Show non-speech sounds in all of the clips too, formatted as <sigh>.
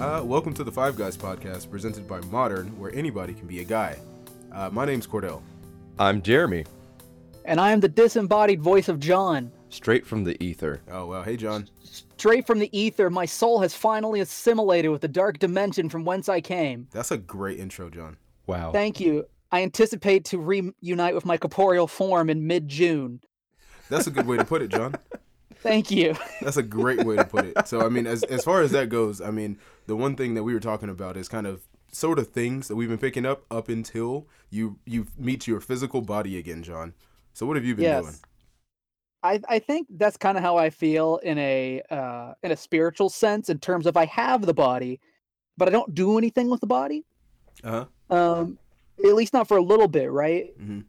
Uh, welcome to the Five Guys podcast presented by Modern, where anybody can be a guy. Uh, my name's Cordell. I'm Jeremy, And I am the disembodied voice of John. straight from the ether. Oh, well, hey, John. Straight from the ether, my soul has finally assimilated with the dark dimension from whence I came. That's a great intro, John. Wow. Thank you. I anticipate to reunite with my corporeal form in mid June. That's a good way to put it, John. Thank <laughs> you. That's a great way to put it. So, I mean, as, as far as that goes, I mean, the one thing that we were talking about is kind of sort of things that we've been picking up up until you you meet your physical body again, John. So, what have you been doing? yes. I, I think that's kind of how I feel in a uh, in a spiritual sense in terms of I have the body, but I don't do anything with the body. Uh huh. um at least not for a little bit right Mhm.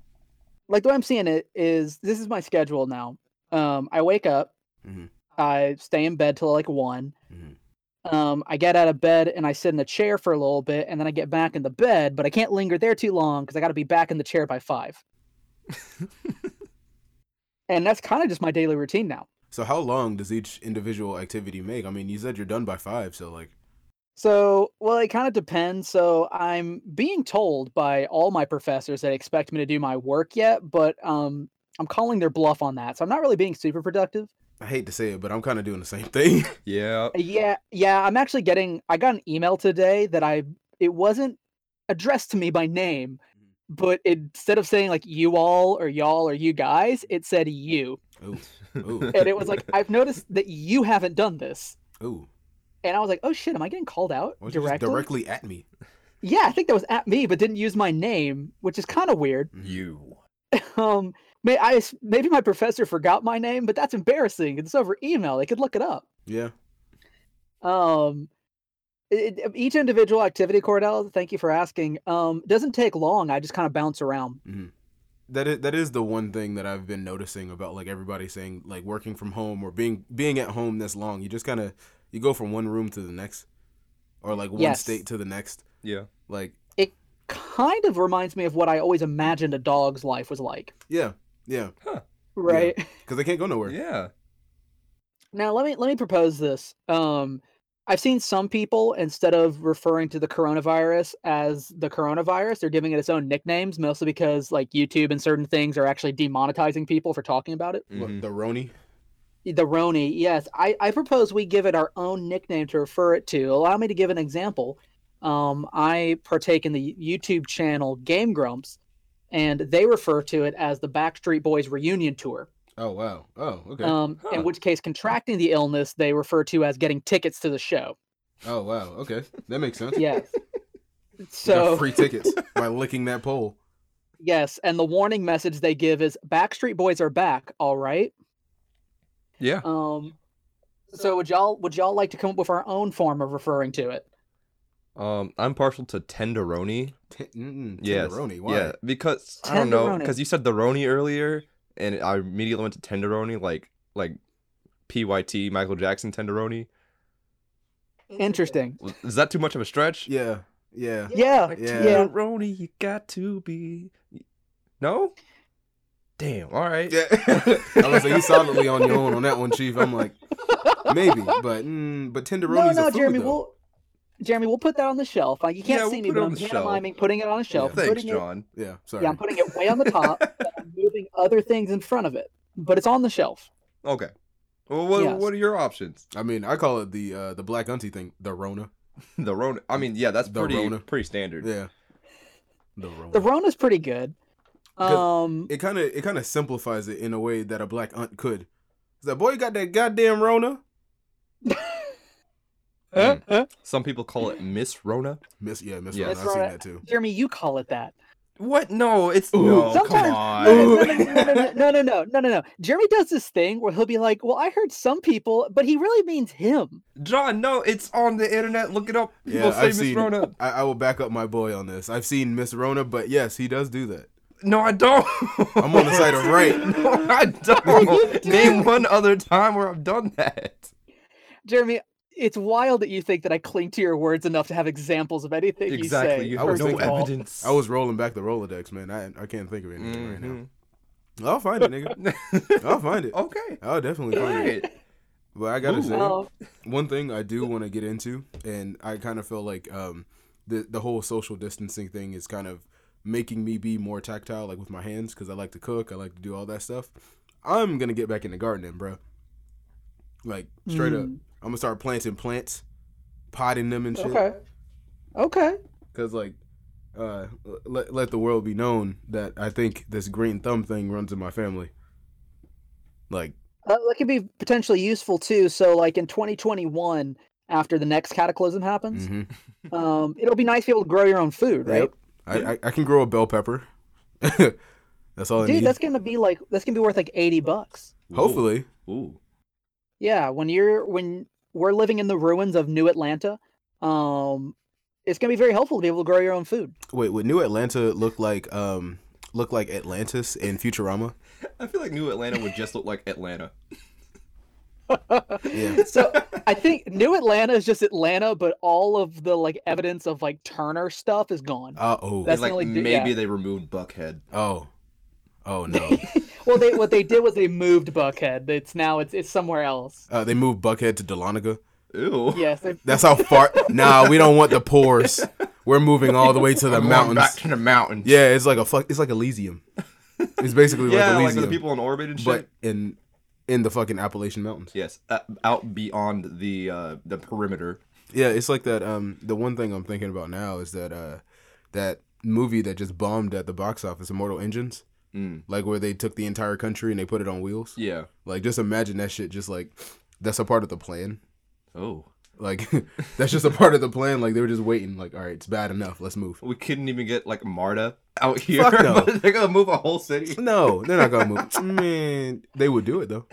like the way i'm seeing it is this is my schedule now um i wake up Mhm. i stay in bed till like one Mhm. um i get out of bed and i sit in the chair for a little bit and then i get back in the bed but i can't linger there too long because i got to be back in the chair by five and that's kind of just my daily routine now So, how long does each individual activity make? I mean, you said you're done by five, so like, So, well, it kind of depends. So, I'm being told by all my professors that expect me to do my work yet, but um, I'm calling their bluff on that. So, I'm not really being super productive. Uh, I hate to say it, but I'm kind of doing the same thing. <laughs> Yeah. Yeah, yeah, I'm actually getting. I got an email today that I it wasn't addressed to me by name, but it, instead of saying like you all or y'all or you guys, it said you, Ooh, ooh, and it was like I've noticed that you haven't done this, ooh. and I was like, oh shit, am I getting called out Why don't you just directly? directly at me? Yeah, I think that was at me, but didn't use my name, which is kind of weird. You. Um, may I s- maybe my professor forgot my name, but that's embarrassing. It's over email; they could look it up. Yeah. Um, it, it- each individual activity, Cordell. Thank you for asking. Um, doesn't take long. I just kind of bounce around. that is that is the one thing that I've been noticing about like everybody saying like working from home or being being at home this long. You just kind of you go from one room to the next, or like one Yes. state to the next. Yeah. Like Kind of reminds me of what I always imagined a dog's life was like. yeah, yeah, Right because they can't go nowhere. Yeah. now, let me let me propose this. Um, I've seen some people instead of referring to the coronavirus as the coronavirus, they're giving it its own nicknames, mostly because like YouTube and certain things are actually demonetizing people for talking about it. Look, Mhm. the Roni. The Roni, yes. I, I propose we give it our own nickname to refer it to. Allow me to give an example. Um, I partake in the YouTube channel Game Grumps, and they refer to it as the Backstreet Boys reunion tour. Oh wow. Oh okay. Um, Huh. In which case, contracting the illness they refer to as getting tickets to the show. oh wow. Okay, that makes <laughs> sense. Yes. <laughs> You got so free tickets by licking that pole. yes, and the warning message they give is Backstreet Boys are back. All right. Yeah. Um, so would y'all would y'all like to come up with our own form of referring to it? Um, I'm partial to tenderoni. T- mm, Yes. tenderoni. Why? Yeah, because I don't know, Tenderoni. because you said the roni earlier, and I immediately went to tenderoni, like like PYT Michael Jackson tenderoni. Interesting. Is that too much of a stretch? Yeah. Yeah. Yeah. Yeah. Yeah. Tenderoni, you got to be. No. Damn. All right. Yeah. <laughs> I was like, you solidly on your own on that one, Chief. I'm like, maybe, but mm, but No, tenderoni's a no, food, Jeremy, though. we'll Jeremy, we'll put that on the shelf. Like, you can't Yeah, we'll see put me, it but on I'm the shelf. pantomiming putting it on a shelf. Yeah. Thanks, putting it- John. Yeah, sorry. yeah, I'm putting it way on <laughs> the top. and I'm moving other things in front of it, but it's on the shelf. Okay. Well, what, Yes. what are your options? I mean, I call it the uh, the black auntie thing, the Rona. The Rona. I mean, yeah, that's The pretty Rona. pretty standard. Yeah, the Rona. The Rona's pretty good. Good. Um, it kind of it kind of simplifies it in a way that a black aunt could. It's like, boy, you got that goddamn Rona, uh, uh, Some people call it Miss Rona. Miss. Yeah, Miss Yeah. Rona. Miss I've seen Rona. that too. Jeremy, you call it that. What? No, it's Ooh, no. sometimes- Oh, Come on. No, no, no, no, no, no, no, no, no, no, no. Jeremy does this thing where he'll be like, "Well, I heard some people, but he really means him." John, no, it's on the internet. Look it up. People Yeah, say I've Miss seen. Rona. I, I will back up my boy on this. I've seen Miss Rona, but yes, he does do that. No, I don't. I'm on the side of right. <laughs> No, I You <laughs> don't. <laughs> do. Name one other time where I've done that. Jeremy, it's wild that you think that I cling to your words enough to have examples of anything exactly. you You say. I have was first no of all. evidence. I was rolling back the Rolodex, man. I I can't think of anything right Mhm. now. I'll find it, nigga. I'll find it. Mm-hmm. <laughs> okay. I'll Oh, definitely All find it. right. But I gotta Ooh. say, Oh, one thing I do want to get into, and I kind of feel like um, the the whole social distancing thing is kind of making me be more tactile, like with my hands, because I like to cook, I like to do all that stuff. I'm gonna get back into gardening, bro. Like straight up, mm, I'm gonna start planting plants, potting them and shit. Okay. Okay. Cause like, uh, l- let let the world be known that I think this green thumb thing runs in my family. Like, Uh, that could be potentially useful too. So, like in 2021, after the next cataclysm happens, mhm. um, it'll be nice to be able to grow your own food, right? Yep. I, I I can grow a bell pepper. <laughs> that's all I Dude, need. that's gonna be like that's gonna be worth like 80 bucks. Ooh. Hopefully, Ooh. Yeah, when you're when we're living in the ruins of New Atlanta, um, it's gonna be very helpful to be able to grow your own food. <laughs> wait, would New Atlanta look like um look like Atlantis in Futurama? I feel like New Atlanta would just look like Atlanta. Yeah. <laughs> so I think New Atlanta is just Atlanta, but all of the like evidence of like Turner stuff <laughs> is gone. <laughs> Uh oh. That's- the like only di- maybe yeah. they removed Buckhead. Oh. Oh <laughs> no. well, they what they did was they moved Buckhead. It's now it's it's somewhere else. Uh, they moved Buckhead to Dahlonega. Ew. Yes, they- That's how far. <laughs> nah, we don't want the pores. We're moving all the way to the I'm going mountains. Back to the mountains. Yeah, it's like a fuck. It's like Elysium. It's <laughs> basically Yeah, like like Elysium, the people in orbit and shit. but in in the fucking Appalachian Mountains. yes, uh, out beyond the uh, the perimeter. Yeah, it's like that. Um, the one thing I'm thinking about now is that uh, that movie that just bombed at the box office, Immortal Engines, Mm, like where they took the entire country and they put it on wheels. yeah. Like, just imagine that shit. Just like that's a part of the plan. Oh, Like <laughs> that's just a part of the plan. Like they were just waiting. Like, all right, it's bad enough. Let's <laughs> move. we couldn't even get like Marta out here. <laughs> Fuck no. but they're gonna move a whole city. No, they're not gonna move. Man, they would do it <laughs> though.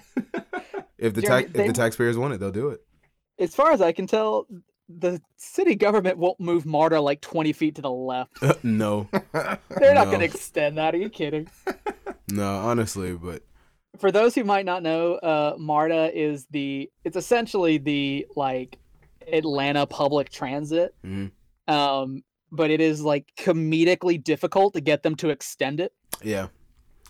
If the Jeremy, tax they- if the taxpayers want it, they'll do it. <laughs> as far as I can tell, the city government won't move Marta like 20 feet to the left. no, They're not going No. to extend that. Are you kidding? no, honestly, but For those who might not know, uh, MARTA is the it's essentially the like Atlanta public transit. Mhm. Um, but it is like comedically difficult to get them to extend it. yeah,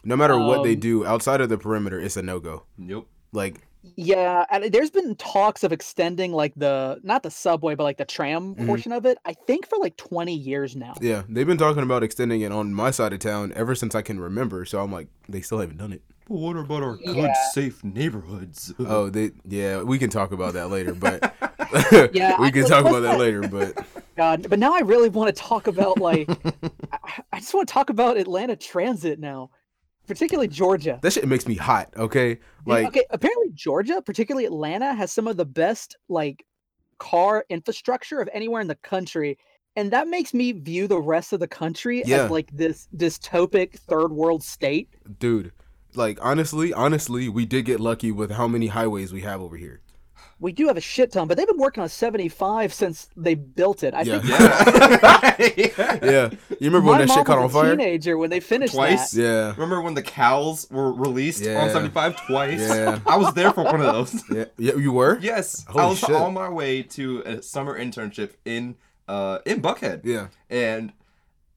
no matter what they Um, do outside of the perimeter, it's a no go. Nope. Like, Yeah, and there's been talks of extending like the not the subway, but like the tram Mhm. portion of it. I think for like 20 years now. yeah, they've been talking about extending it on my side of town ever since I can remember. So I'm like, they still haven't done it. But what about our good, good, Yeah. safe neighborhoods? Oh, they, yeah, we can talk about that later, <laughs> but <laughs> Yeah, we I can feel- talk what's about that that? later. But God, but now I really want to talk about like I, I just want to talk about Atlanta transit now, particularly Georgia. that shit makes me hot. Okay, Yeah, like, okay, apparently Georgia, particularly Atlanta, has some of the best like car infrastructure of anywhere in the country. And that makes me view the rest of the country Yeah. as like this dystopic third world state. dude, like honestly, honestly, we did get lucky with how many highways we have over <laughs> here. We do have a shit ton, but they've been working on 75 since they built it. I Yeah. think yeah. <laughs> Yeah, you remember my when that mom shit caught on was a fire? teenager when they finished Twice? that. Yeah, Remember when the cows were released on Yeah. 75 twice? Yeah. I was there for one of <laughs> those. yeah, yeah, you were. Yes, I Holy was shit. on my way to a summer internship in uh in Buckhead, yeah, and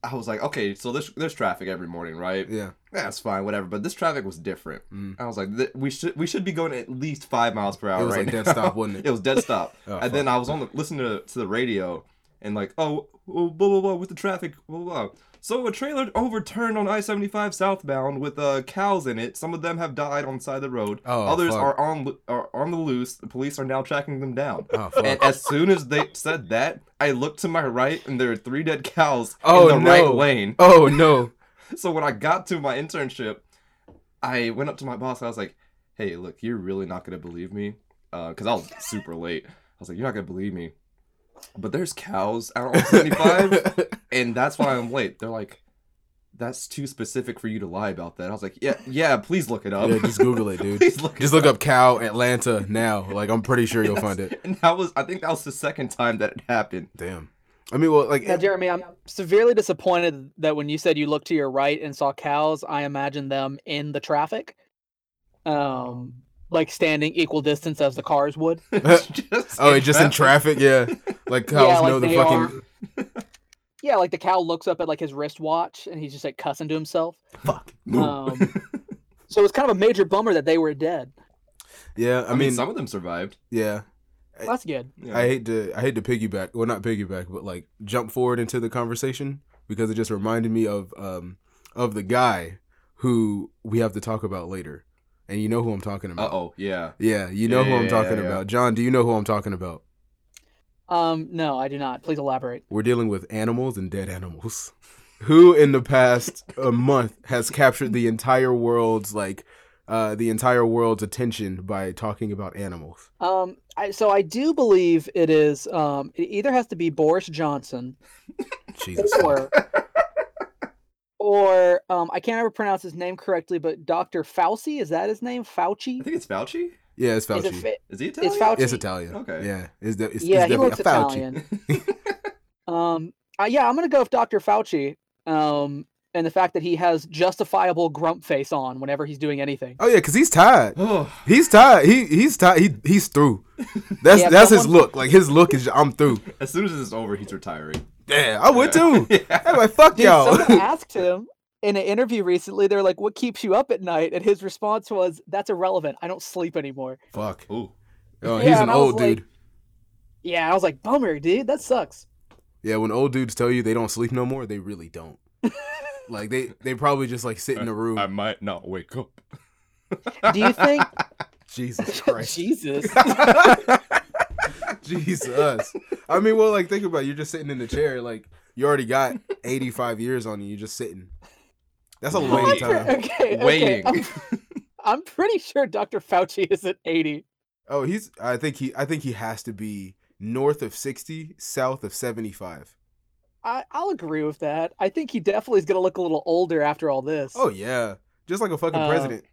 I was like, okay, so there's there's traffic every morning, right? yeah. That's fine, whatever. But this traffic was different. Mm. I was like, th- we should we should be going at least five miles per hour was right like dead now. stop, wasn't it? <laughs> it was dead <laughs> stop. Oh, and then I was on the listening to, to the radio and like, oh, oh, blah blah blah with the traffic, blah blah. blah. So a trailer overturned on I seventy five southbound with uh, cows in it. Some of them have died on the side of the road. Oh, Others fuck. are on lo- are on the loose. The police are now tracking them down. Oh, fuck. <laughs> And as soon as they said that, I looked to my right and there were three dead cows Oh, in the no. right lane. Oh no. So when I got to my internship, I went up to my boss. I was like, "Hey, look, you're really not gonna believe me, because I was super late. I was like, you're not gonna believe me, but there's cows out <laughs> on 75, and that's why I'm late." They're like, "That's too specific for you to lie about that." I was like, "Yeah, yeah, please look it up. yeah, <laughs> just Google it, dude. please look. Just it look up cow Atlanta now. Like I'm pretty sure you'll find it. And that was, I think, that was the second time that it happened. Damn. I mean, well, like Now, Jeremy, I'm severely disappointed that when you said you looked to your right and saw cows, I imagined them in the traffic, um, like standing equal distance as the cars would. <laughs> Just oh, it's just in traffic. Yeah, like cows Yeah, like know the they fucking. Yeah, like the cow looks up at like his wristwatch and he's just like cussing to himself. Fuck. Move. Um, so it's kind of a major bummer that they were dead. Yeah, I, mean, some of them survived. yeah. Well, that's good. Yeah. I hate to I hate to piggyback, well not piggyback, but like jump forward into the conversation because it just reminded me of um of the guy who we have to talk about later, and you know who I'm talking uh about. oh, yeah. Yeah, you know who Yeah, I'm yeah, talking yeah, yeah. about. John, do you know who I'm talking about? Um, no, I do not. Please elaborate. We're dealing with animals and dead animals. <laughs> Who in the past a month has captured the entire world's like uh the entire world's attention by talking about animals? Um, I, so I do believe it is. Um, it either has to be Boris Johnson Jesus. or, or um, I can't ever pronounce his name correctly, but Dr. Fauci is that his name? I Fauci? think it's Fauci. Yeah, it's Is it Fauci. fa- Is he Italian? it's Fauci. It's Italian. Okay. Yeah. It's, de- it's, yeah, it's he definitely looks a Fauci. Italian. <laughs> Um, uh, yeah, I'm gonna go with Dr. Fauci. Um, and the fact that he has justifiable grump face on whenever he's doing anything. Oh yeah, because he's tired. oh, He's tired. He he's tired. He he's through. That's Yeah, that's his someone- look. Like his look is I'm through. <sighs> as soon as it's over, he's retiring. <laughs> Yeah, I would too. yeah. I'm like fuck Dude, y'all. someone asked him in an interview recently. They're like, "What keeps you up at night?" And his response was, "That's irrelevant. I don't sleep anymore." <laughs> fuck. Ooh. Oh, Yeah, he's an and I was old like- dude. Yeah, I was like, "Bummer, dude. That sucks." Yeah, when old dudes tell you they don't sleep no more, they really <laughs> don't. like they they probably just like sit in a room. I might not wake up. Do you think? <laughs> Jesus <laughs> Christ. <laughs> Jesus. Jesus. I mean, well, like think about it. you're just sitting in the chair. Like you already got 85 years on you. You're just sitting. That's a long Wait. time. okay, Um, okay. Waiting. I'm, I'm pretty sure Dr. Fauci is at 80. Oh, he's. I think he. I think he has to be north of sixty, south of seventy-five. I, I'll agree with that. I think he definitely is going to look a little older after all this. Oh yeah, just like a fucking Uh, president.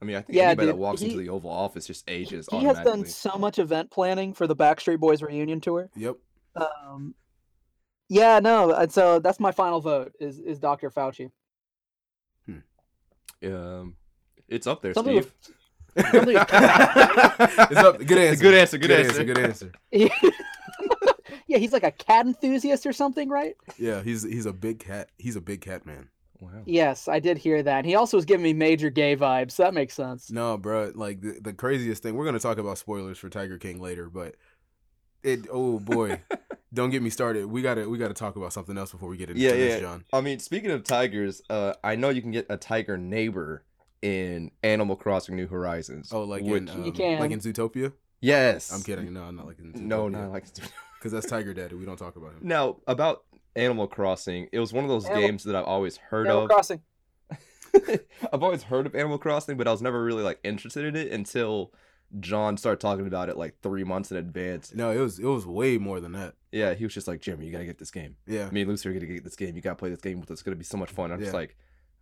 I mean, I think Yeah, anybody dude, that walks into he- the Oval Office just He ages he has automatically. done so much event planning for the Backstreet Boys reunion tour. Yep. Um, yeah, no, and so that's my final vote is is Dr. Fauci. <laughs> Um, it's up there, Something Steve. with- <laughs> Something with- it's up. Good <laughs> It's answer. a Good answer. Good, answer. Good answer. yeah, he's like a cat enthusiast or something, right? Yeah, he's he's a big cat. He's a big cat man. Wow. Yes, I did hear that. He also was giving me major gay vibes. So that makes sense. No, bro. Like the, the craziest thing. We're gonna talk about spoilers for Tiger King later, but it. Oh boy, <laughs> don't get me started. We gotta we gotta talk about something else before we get into Yeah, this, yeah. John. I mean, speaking of tigers, uh, I know you can get a tiger neighbor in Animal Crossing: New Horizons. Oh, like which, in um, You can. like in Zootopia. yes, I'm kidding. No, not like in Zootopia. No, not like because that's Tiger Daddy. We don't talk about him. now about Animal Crossing. It was one of those Animal- games that I've always heard Animal of. Crossing. <laughs> I've always heard of Animal Crossing, but I was never really like interested in it until John started talking about it like three months in advance. No, it was it was way more than that. Yeah, he was just like, Jeremy, you gotta get this game. <laughs> Yeah. Me and Lucy are gonna get this game. You gotta play this game with us. It's gonna be so much fun. I'm just Yeah. like,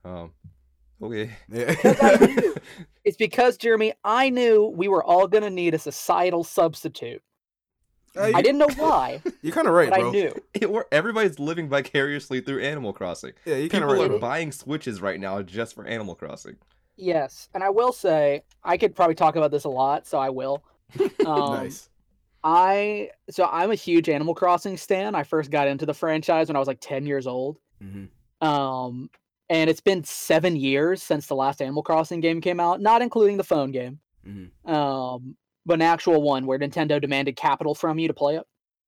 um, okay. Because I <laughs> Yeah. <laughs> knew. It's because Jeremy, I knew we were all gonna need a societal substitute. Hey, I <laughs> didn't know why, You're kind of right, but I bro. knew. It, we everybody's living vicariously through Animal Crossing. Yeah, you're kind People of right, are bro. buying Switches right now just for Animal Crossing. Yes, and I will say I could probably talk about this a lot, so <laughs> I will. Um, nice. I so I'm a huge Animal Crossing stan. I first got into the franchise when I was like 10 years old. hmm Um, and it's been seven years since the last Animal Crossing game came out, not including the phone game, Mhm. um, but an actual one where Nintendo demanded capital from you to play it.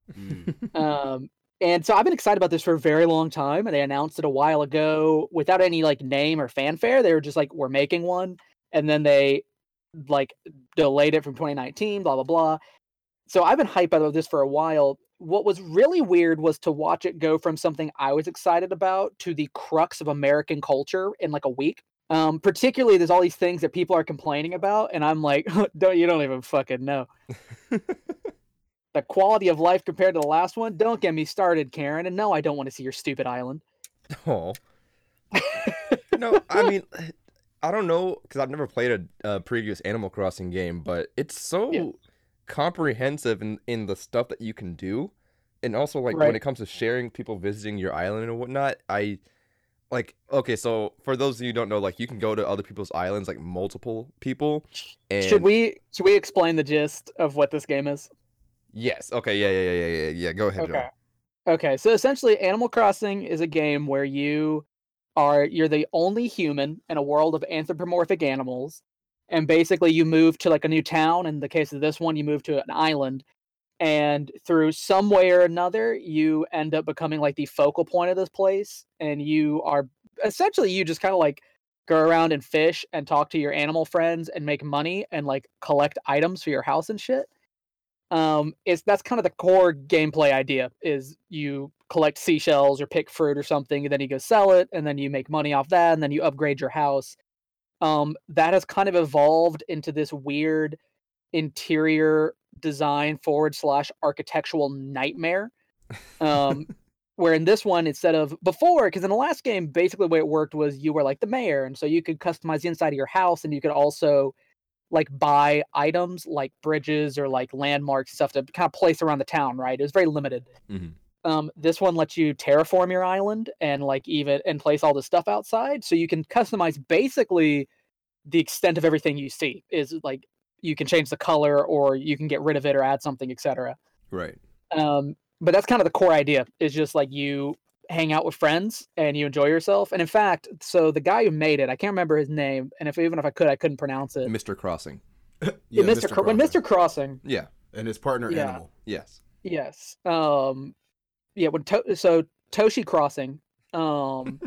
<laughs> Mm. Um, and so I've been excited about this for a very long time, and they announced it a while ago without any like name or fanfare. They were just like, "We're making one," and then they like delayed it from 2019, blah blah blah. So I've been hyped about this for a while. What was really weird was to watch it go from something I was excited about to the crux of American culture in like a week. Um, particularly, there's all these things that people are complaining about, and I'm like, <laughs> don't you don't even fucking know the quality of life compared to the last one, don't get me started, Karen. And no, I don't want to see your stupid island. Oh. <laughs> no, I mean, I don't know because I've never played a, a previous Animal Crossing game, but it's so Yeah. comprehensive in, in the stuff that you can do, and also like Right. when it comes to sharing people visiting your island and whatnot. I like okay, so for those of you who don't know, like you can go to other people's islands, like multiple people. And Should we should we explain the gist of what this game is? Yes. Okay. Yeah. Yeah. Yeah. Yeah. Yeah. yeah. Go ahead, John. Okay. Okay, so essentially Animal Crossing is a game where you are you're the only human in a world of anthropomorphic animals and basically you move to like a new town in the case of this one you move to an island and through some way or another you end up becoming like the focal point of this place and you are essentially you just kind of like go around and fish and talk to your animal friends and make money and like collect items for your house and shit um it's that's kind of the core gameplay idea is you collect seashells or pick fruit or something and then you go sell it and then you make money off that and then you upgrade your house um, that has kind of evolved into this weird interior design forward slash architectural nightmare. Um, where in this one, instead of before, because in the last game, basically the way it worked was you were like the mayor, and so you could customize the inside of your house, and you could also like buy items like bridges or like landmarks and stuff to kind of place around the town. Right? It was very limited. Mm-hmm. Um, this one lets you terraform your island and like even and place all this stuff outside, so you can customize basically the extent of everything you see. Is like you can change the color, or you can get rid of it, or add something, etc. Right. Um, but that's kind of the core idea. Is just like you hang out with friends and you enjoy yourself. And in fact, so the guy who made it, I can't remember his name, and if even if I could, I couldn't pronounce it. Mr. Crossing. Yeah, Mr. Cro- when Crocker. Mr. Crossing, Yeah. and his partner Yeah. Animal. Yes. Yes. Um yeah, when to- so Toshi Crossing um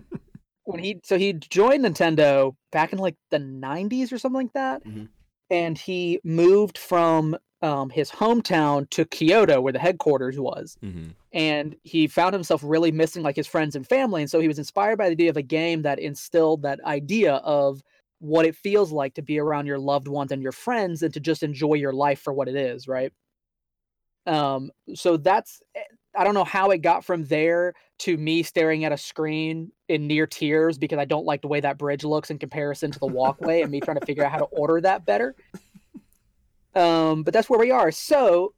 when he so he joined Nintendo back in like the 90s or something like that Mhm. and he moved from um his hometown to Kyoto where the headquarters was Mm-hmm. and he found himself really missing like his friends and family and so he was inspired by the idea of a game that instilled that idea of what it feels like to be around your loved ones and your friends and to just enjoy your life for what it is right um so that's eh, i don't know how it got from there to me staring at a screen in near tears because i don't like the way that bridge looks in comparison to the walkway and me trying to figure out how to order that better um but that's where we are so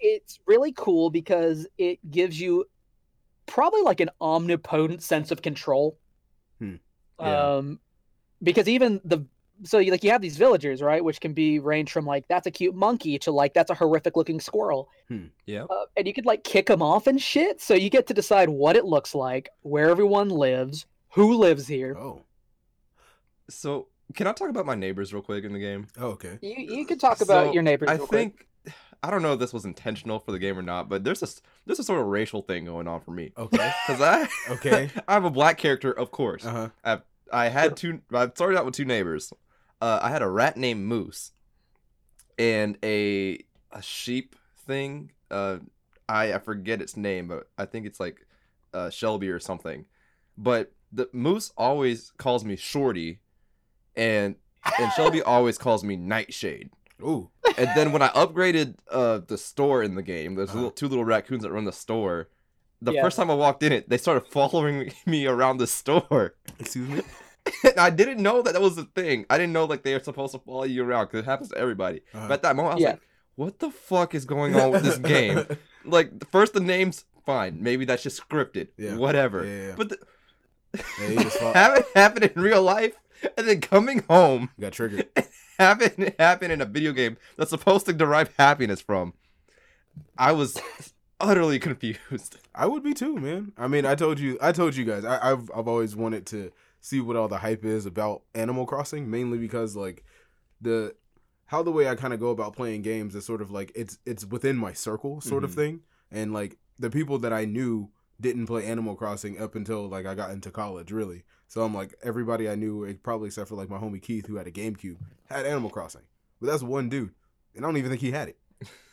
it's really cool because it gives you probably like an omnipotent sense of control. Hmm. Yeah. Um, because even the so you like you have these villagers right, which can be range from like that's a cute monkey to like that's a horrific looking squirrel, Yeah. uh, and you could like kick them off and shit. So you get to decide what it looks like, where everyone lives, who lives here. Oh. So can I talk about my neighbors real quick in the game? Oh, okay. You you could talk about So, your neighbors. I real quick. think <sighs> I don't know if this was intentional for the game or not, but there's a s- there's a sort of racial thing going on for me Okay. because I <laughs> Okay. I have a black character, of course. Uh-huh. Uh huh. I had two. I started out with two neighbors. Uh, I had a rat named Moose, and a a sheep thing. Uh, I I forget its name, but I think it's like uh, Shelby or something. But the Moose always calls me Shorty, and and Shelby <laughs> always calls me Nightshade. Ooh. And then when I upgraded uh, the store in the game, there's Uh-huh. little, two little raccoons that run the store. The Yeah. first time I walked in it, they started following <laughs> me around the store. <laughs> Excuse me. And I didn't know that that was a thing. I didn't know like they are supposed to follow you around because it happens to everybody. Uh-huh. But at that moment, I was Yeah. like, "What the fuck is going on <laughs> with this game? like, the- first the names, fine, maybe that's just scripted, Yeah. whatever. Yeah, yeah, Uh, yeah. But the, Yeah, you <laughs> just fought- have it happen in real life, and then coming home, got triggered. have it <laughs> happen in a video game that's supposed to derive happiness from. I was utterly confused. <laughs> I would be too, man. I mean, I told you, I told you guys, I, I've I've always wanted to see what all the hype is about Animal Crossing, mainly because like the how the way I kind of go about playing games is sort of like it's it's within my circle sort of Mhm. thing, and like the people that I knew didn't play Animal Crossing up until like I got into college, really. So I'm like everybody I knew, eh, probably except for like my homie Keith who had a GameCube, had Animal Crossing, but that's one dude, and I don't even think he had it.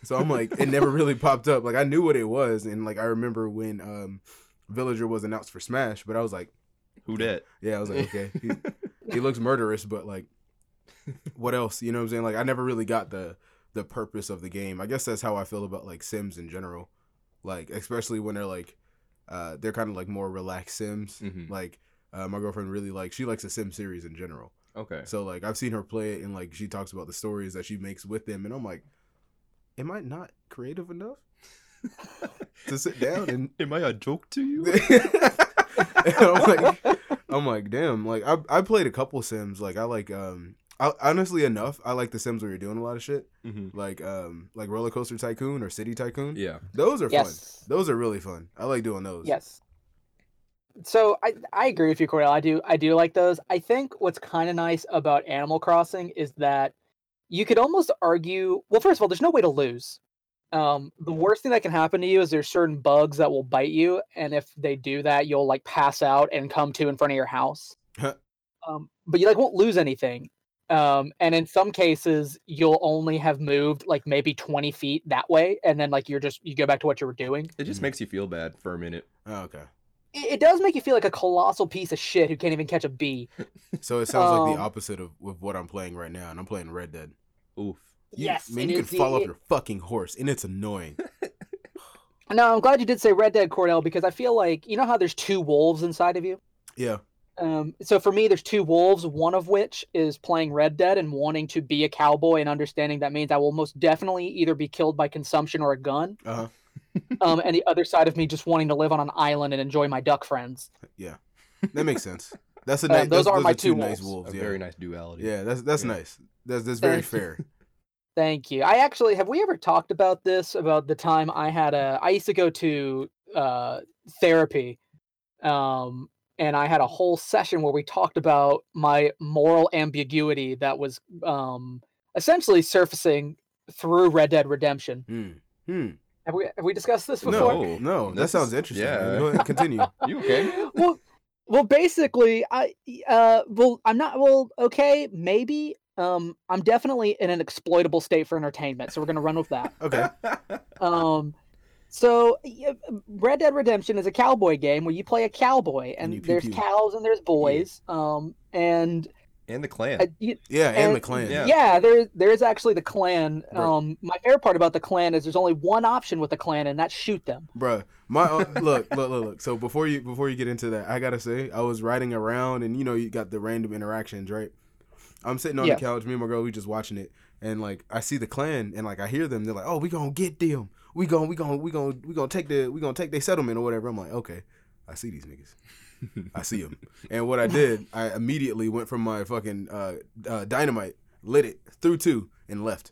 So I'm like, it never really popped up. Like I knew what it was, and like I remember when um Villager was announced for Smash, but I was like, Who did? yeah, I was like, okay, he, he looks murderous, but like, what else? You know what I'm saying? Like I never really got the the purpose of the game. I guess that's how I feel about like Sims in general, like especially when they're like, uh, they're kind of like more relaxed Sims. Mhm. Like uh, my girlfriend really likes, she likes the Sim series in general. Okay. So like I've seen her play it and like she talks about the stories that she makes with them and I'm like, am I not creative enough <laughs> to sit down and <laughs> Am I a joke to <laughs> you? And <laughs> I'm like I'm like damn like I I played a couple Sims like I like um I, honestly enough I like the Sims where you're doing a lot of shit Mhm. like um like Roller Coaster Tycoon or City Tycoon Yeah. those are fun yes, those are really fun I like doing those yes. so I, I agree with you, Cordell. I do I do like those. I think what's kind of nice about Animal Crossing is that you could almost argue. Well, first of all, there's no way to lose. Um, the worst thing that can happen to you is there's certain bugs that will bite you, and if they do that, you'll like pass out and come to in front of your house. um, but you like won't lose anything. Um, and in some cases, you'll only have moved like maybe 20 feet that way, and then like you're just you go back to what you were doing. It just Mhm. makes you feel bad for a minute. Oh, okay. It, it does make you feel like a colossal piece of shit who can't even catch a bee. So it sounds like the Um, opposite of, of what I'm playing right now, and I'm playing Red Dead. Oof. You, yes, man, it you is could the- fall off it- your fucking horse, and it's annoying. No, I'm glad you did say Red Dead Cordell because I feel like you know how there's two wolves inside of you. yeah. Um, so for me, there's two wolves. One of which is playing Red Dead and wanting to be a cowboy and understanding that means I will most definitely either be killed by consumption or a gun. Uh-huh. um, and the other side of me just wanting to live on an island and enjoy my duck friends. That makes sense. That's a Uh, nice. those are my two, two nice wolves. wolves. A yeah. very nice duality. yeah. That's that's Yeah. nice. That's that's very <laughs> Thank fair. Thank you. I actually have we ever talked about this about the time I had a I used to go to uh therapy. Um and I had a whole session where we talked about my moral ambiguity that was um essentially surfacing through Red Dead Redemption. Hmm. Hmm. Have we have we discussed this before? No, Before- no, that This sounds is- interesting. yeah. man. Go ahead, continue. <laughs> You okay? <laughs> well, well, basically, I uh, well, I'm not well. Okay, maybe. Um, I'm definitely in an exploitable state for entertainment, so we're gonna run with that. <laughs> Okay. Um, so yeah, Red Dead Redemption is a cowboy game where you play a cowboy, and you pew there's pew. cows and there's boys. Um, and <laughs> and the clan. uh, you, Yeah, and the And- clan. Yeah. yeah. there there is actually the clan. Right. Um, my favorite part about the clan is there's only one option with the clan, and that's shoot them. Bruh, my uh, look, look, look, look. So before you before you get into that, I gotta say I was riding around and you know you got the random interactions, right? I'm sitting on Yeah. the couch, me and my girl, we just watching it, and like I see the clan and like I hear them, they're like, oh, we gonna get them, we gonna we gonna we gonna we gonna take the we gonna take their settlement or whatever. I'm like, okay, I see these niggas. I see them. And what I did, I immediately went from my fucking uh, uh, dynamite, lit it, threw two, and left.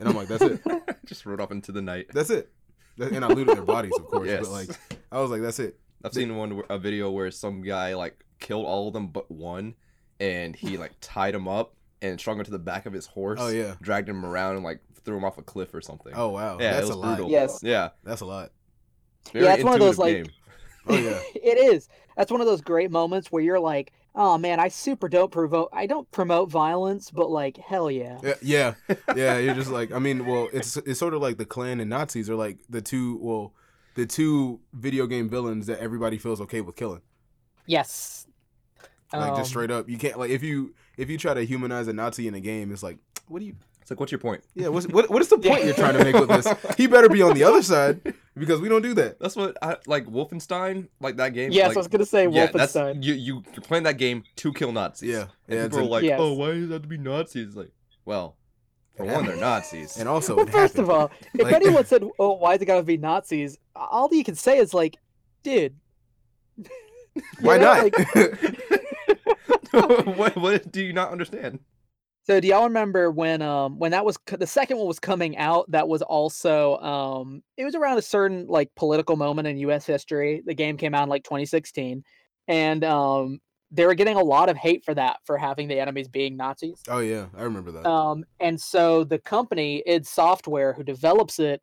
And I'm like, that's it. <laughs> just rode off into the night. That's it. That- And I looted their bodies, of course. <laughs> Yes. But like, I was like, that's it. I've seen one where- a video where some guy like killed all of them but one, and he like tied him up and strung him to the back of his horse. Oh yeah. Dragged him around and like threw him off a cliff or something. Oh wow. yeah, that's it a was brutal. lot. Yes. Yeah. That's a lot. Very it's one of those, intuitive like- game. Oh yeah. <laughs> <laughs> it is. That's one of those great moments where you're like, "Oh man, I super don't provoke. I don't promote violence, but like, hell yeah." yeah. Yeah. <laughs> Yeah. You're just like, I mean, well, it's it's sort of like the Klan and Nazis are like the two, well, the two video game villains that everybody feels okay with killing. Yes. Like Um, just straight up, you can't like if you if you try to humanize a Nazi in a game, it's like, what do you? It's like, what's your point? Yeah. What's, what what is the Yeah. point you're trying to make with this? <laughs> He better be on the other side because we don't do that. <laughs> That's what I like. Wolfenstein, like that game. Yes, like, I was gonna say yeah, that's Wolfenstein. you. You you're playing that game to kill Nazis. Yeah. And Yeah. it's people are an- like, Yes. oh, why does it have to be Nazis? Like, well, for It one, they're happened. Nazis. <laughs> and <laughs> also, Well, it first happened. of <laughs> all, if Like- anyone said, "Oh, why is it gotta be Nazis?" all you can say is like, "Dude." You <laughs> why know, not? <laughs> like- <laughs> what, what do you not understand? So do y'all remember when um when that was c- the second one was coming out? That was also um it was around a certain like political moment in U.S. history. The game came out in like 2016, and um they were getting a lot of hate for that for having the enemies being Nazis. oh yeah, I remember that. Um and so the company id Software who develops it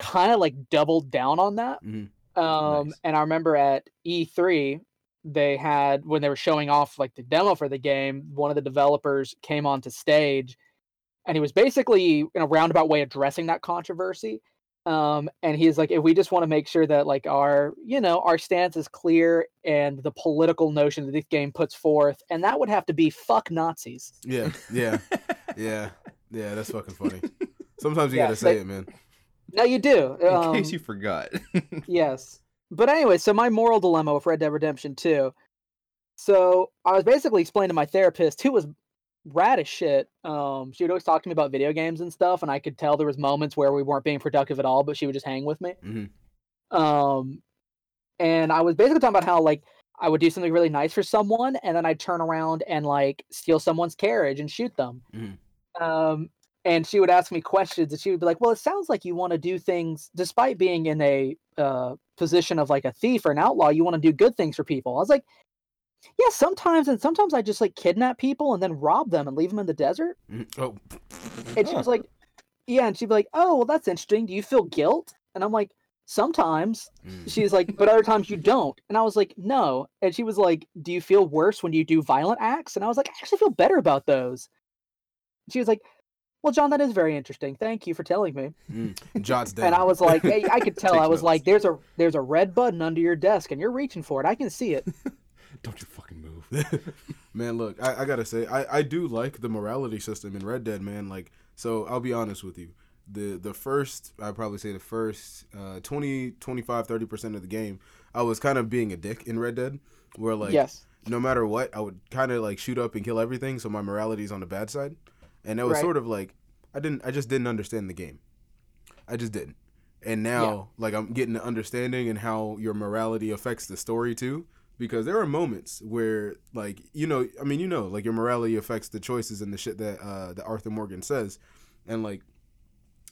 kind of like doubled down on that. Mhm. Um Nice. and I remember at E3 they had when they were showing off like the demo for the game, one of the developers came onto stage and he was basically in a roundabout way addressing that controversy. Um, and he's like, if we just want to make sure that like our, you know, our stance is clear and the political notion that this game puts forth, and that would have to be fuck Nazis. Yeah, yeah, yeah, yeah. That's fucking funny. Sometimes you Yeah, gotta say but- it, man. No, you do. In Um, case you forgot. <laughs> Yes. But anyway, so my moral dilemma with Red Dead Redemption 2. So I was basically explaining to my therapist, who was rad as shit. Um, she would always talk to me about video games and stuff, and I could tell there was moments where we weren't being productive at all, but she would just hang with me. Mhm. Um, and I was basically talking about how like I would do something really nice for someone, and then I'd turn around and like steal someone's carriage and shoot them. Mhm. Um, and she would ask me questions and she would be like well it sounds like you want to do things despite being in a uh, position of like a thief or an outlaw you want to do good things for people i was like yeah sometimes and sometimes i just like kidnap people and then rob them and leave them in the desert Mm, Oh, and she was like yeah and she'd be like oh well that's interesting do you feel guilt and i'm like sometimes mm. she's like but other times you don't and i was like no and she was like do you feel worse when you do violent acts and i was like i actually feel better about those she was like well john that is very interesting thank you for telling me Mm. John's dead. and i was like hey, <laughs> i could tell i Take was notes. like there's a there's a red button under your desk and you're reaching for it i can see it Don't you fucking move. <laughs> man, look, I, I gotta say, I, I do like the morality system in Red Dead, man. Like, so I'll be honest with you. The the first, I'd probably say the first uh, 20, 25, 30% of the game, I was kind of being a dick in Red Dead, where <laughs> like, yes no matter what, I would kind of like shoot up and kill everything, so my morality's on the bad side, and that was Right. sort of like I didn't, I just didn't understand the game, I just didn't, and now like I'm getting an understanding and how your morality affects the story too, because there are moments where like you know, I mean you know, like your morality affects the choices and the shit that uh, that Arthur Morgan says, and like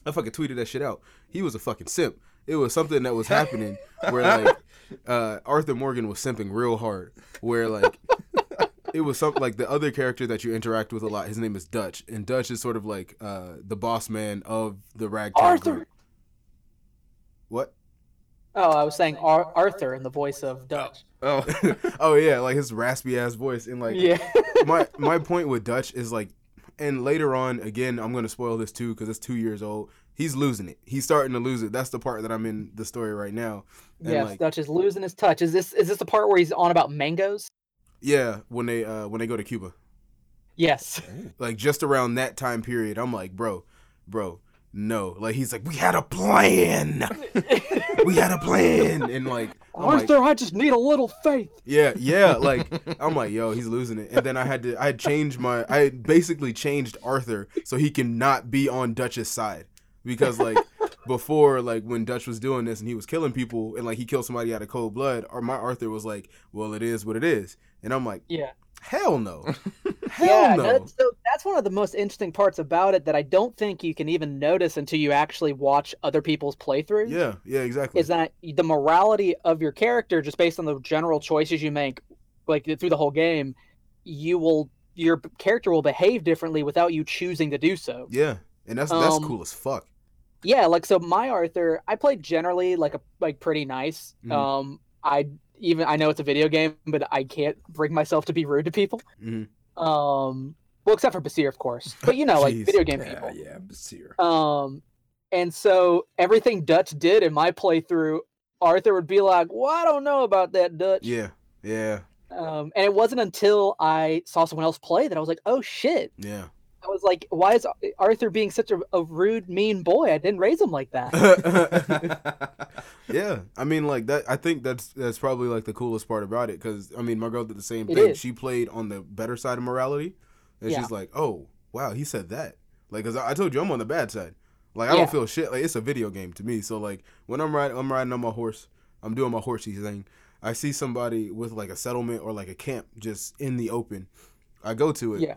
I fucking tweeted that shit out. He was a fucking simp. It was something that was <laughs> happening where like uh, Arthur Morgan was simping real hard. Where like <laughs> it was something like the other character that you interact with a lot. His name is Dutch, and Dutch is sort of like uh, the boss man of the ragtag. Arthur! group. What? oh i was saying Ar- arthur in the voice of dutch Oh, oh yeah, like his raspy ass voice and like yeah my my point with Dutch is like, and later on again, I'm gonna spoil this too because it's two years old. He's losing it. He's starting to lose it. That's the part that I'm in the story right now. And <laughs> yes like, dutch is losing his touch is this is this the part where he's on about mangoes yeah, when they uh, when they go to Cuba, <laughs> yes <laughs> like just around that time period, I'm like, bro, bro, no. Like he's like, we had a plan. we had a plan, and like, I'm like, arthur i just need a little faith Yeah, yeah. Like I'm like, yo, he's losing it. And then I had to, I had changed my, I had basically changed Arthur so he can not be on Dutch's side because like before, like when Dutch was doing this and he was killing people and like he killed somebody out of cold blood, or my Arthur was like, well, it is what it is, and I'm like, yeah hell no, hell no. That's, so that's one of the most interesting parts about it that I don't think you can even notice until you actually watch other people's playthroughs. yeah, yeah, exactly. Is that the morality of your character, just based on the general choices you make, like through the whole game, you will your p- character will behave differently without you choosing to do so. yeah, and that's that's Um, cool as fuck. Yeah, like so my Arthur, I played generally like a like pretty nice. Mhm. Um I even I know it's a video game, but I can't bring myself to be rude to people. Mhm. Um well except for Basir, of course. But <laughs> you know, like Jeez. video game people. yeah, yeah, Basir. Um, and so everything Dutch did in my playthrough, Arthur would be like, "Well, I don't know about that Dutch." Yeah, yeah, Um, and it wasn't until I saw someone else play that I was like, "Oh shit!" yeah. I was like, "Why is Ar- Arthur being such a, a rude, mean boy? I didn't raise him like that." Yeah, I mean, like that. I think that's that's probably like the coolest part about it because I mean, my girl did the same It thing. is. She played on the better side of morality, and Yeah. she's like, "Oh, wow, he said that." Like, cause I, I told you, I'm on the bad side. Like, I Yeah. don't feel shit. Like, it's a video game to me. So, like, when I'm riding, I'm riding on my horse. I'm doing my horsey thing. I see somebody with like a settlement or like a camp just in the open. I go to it. Yeah.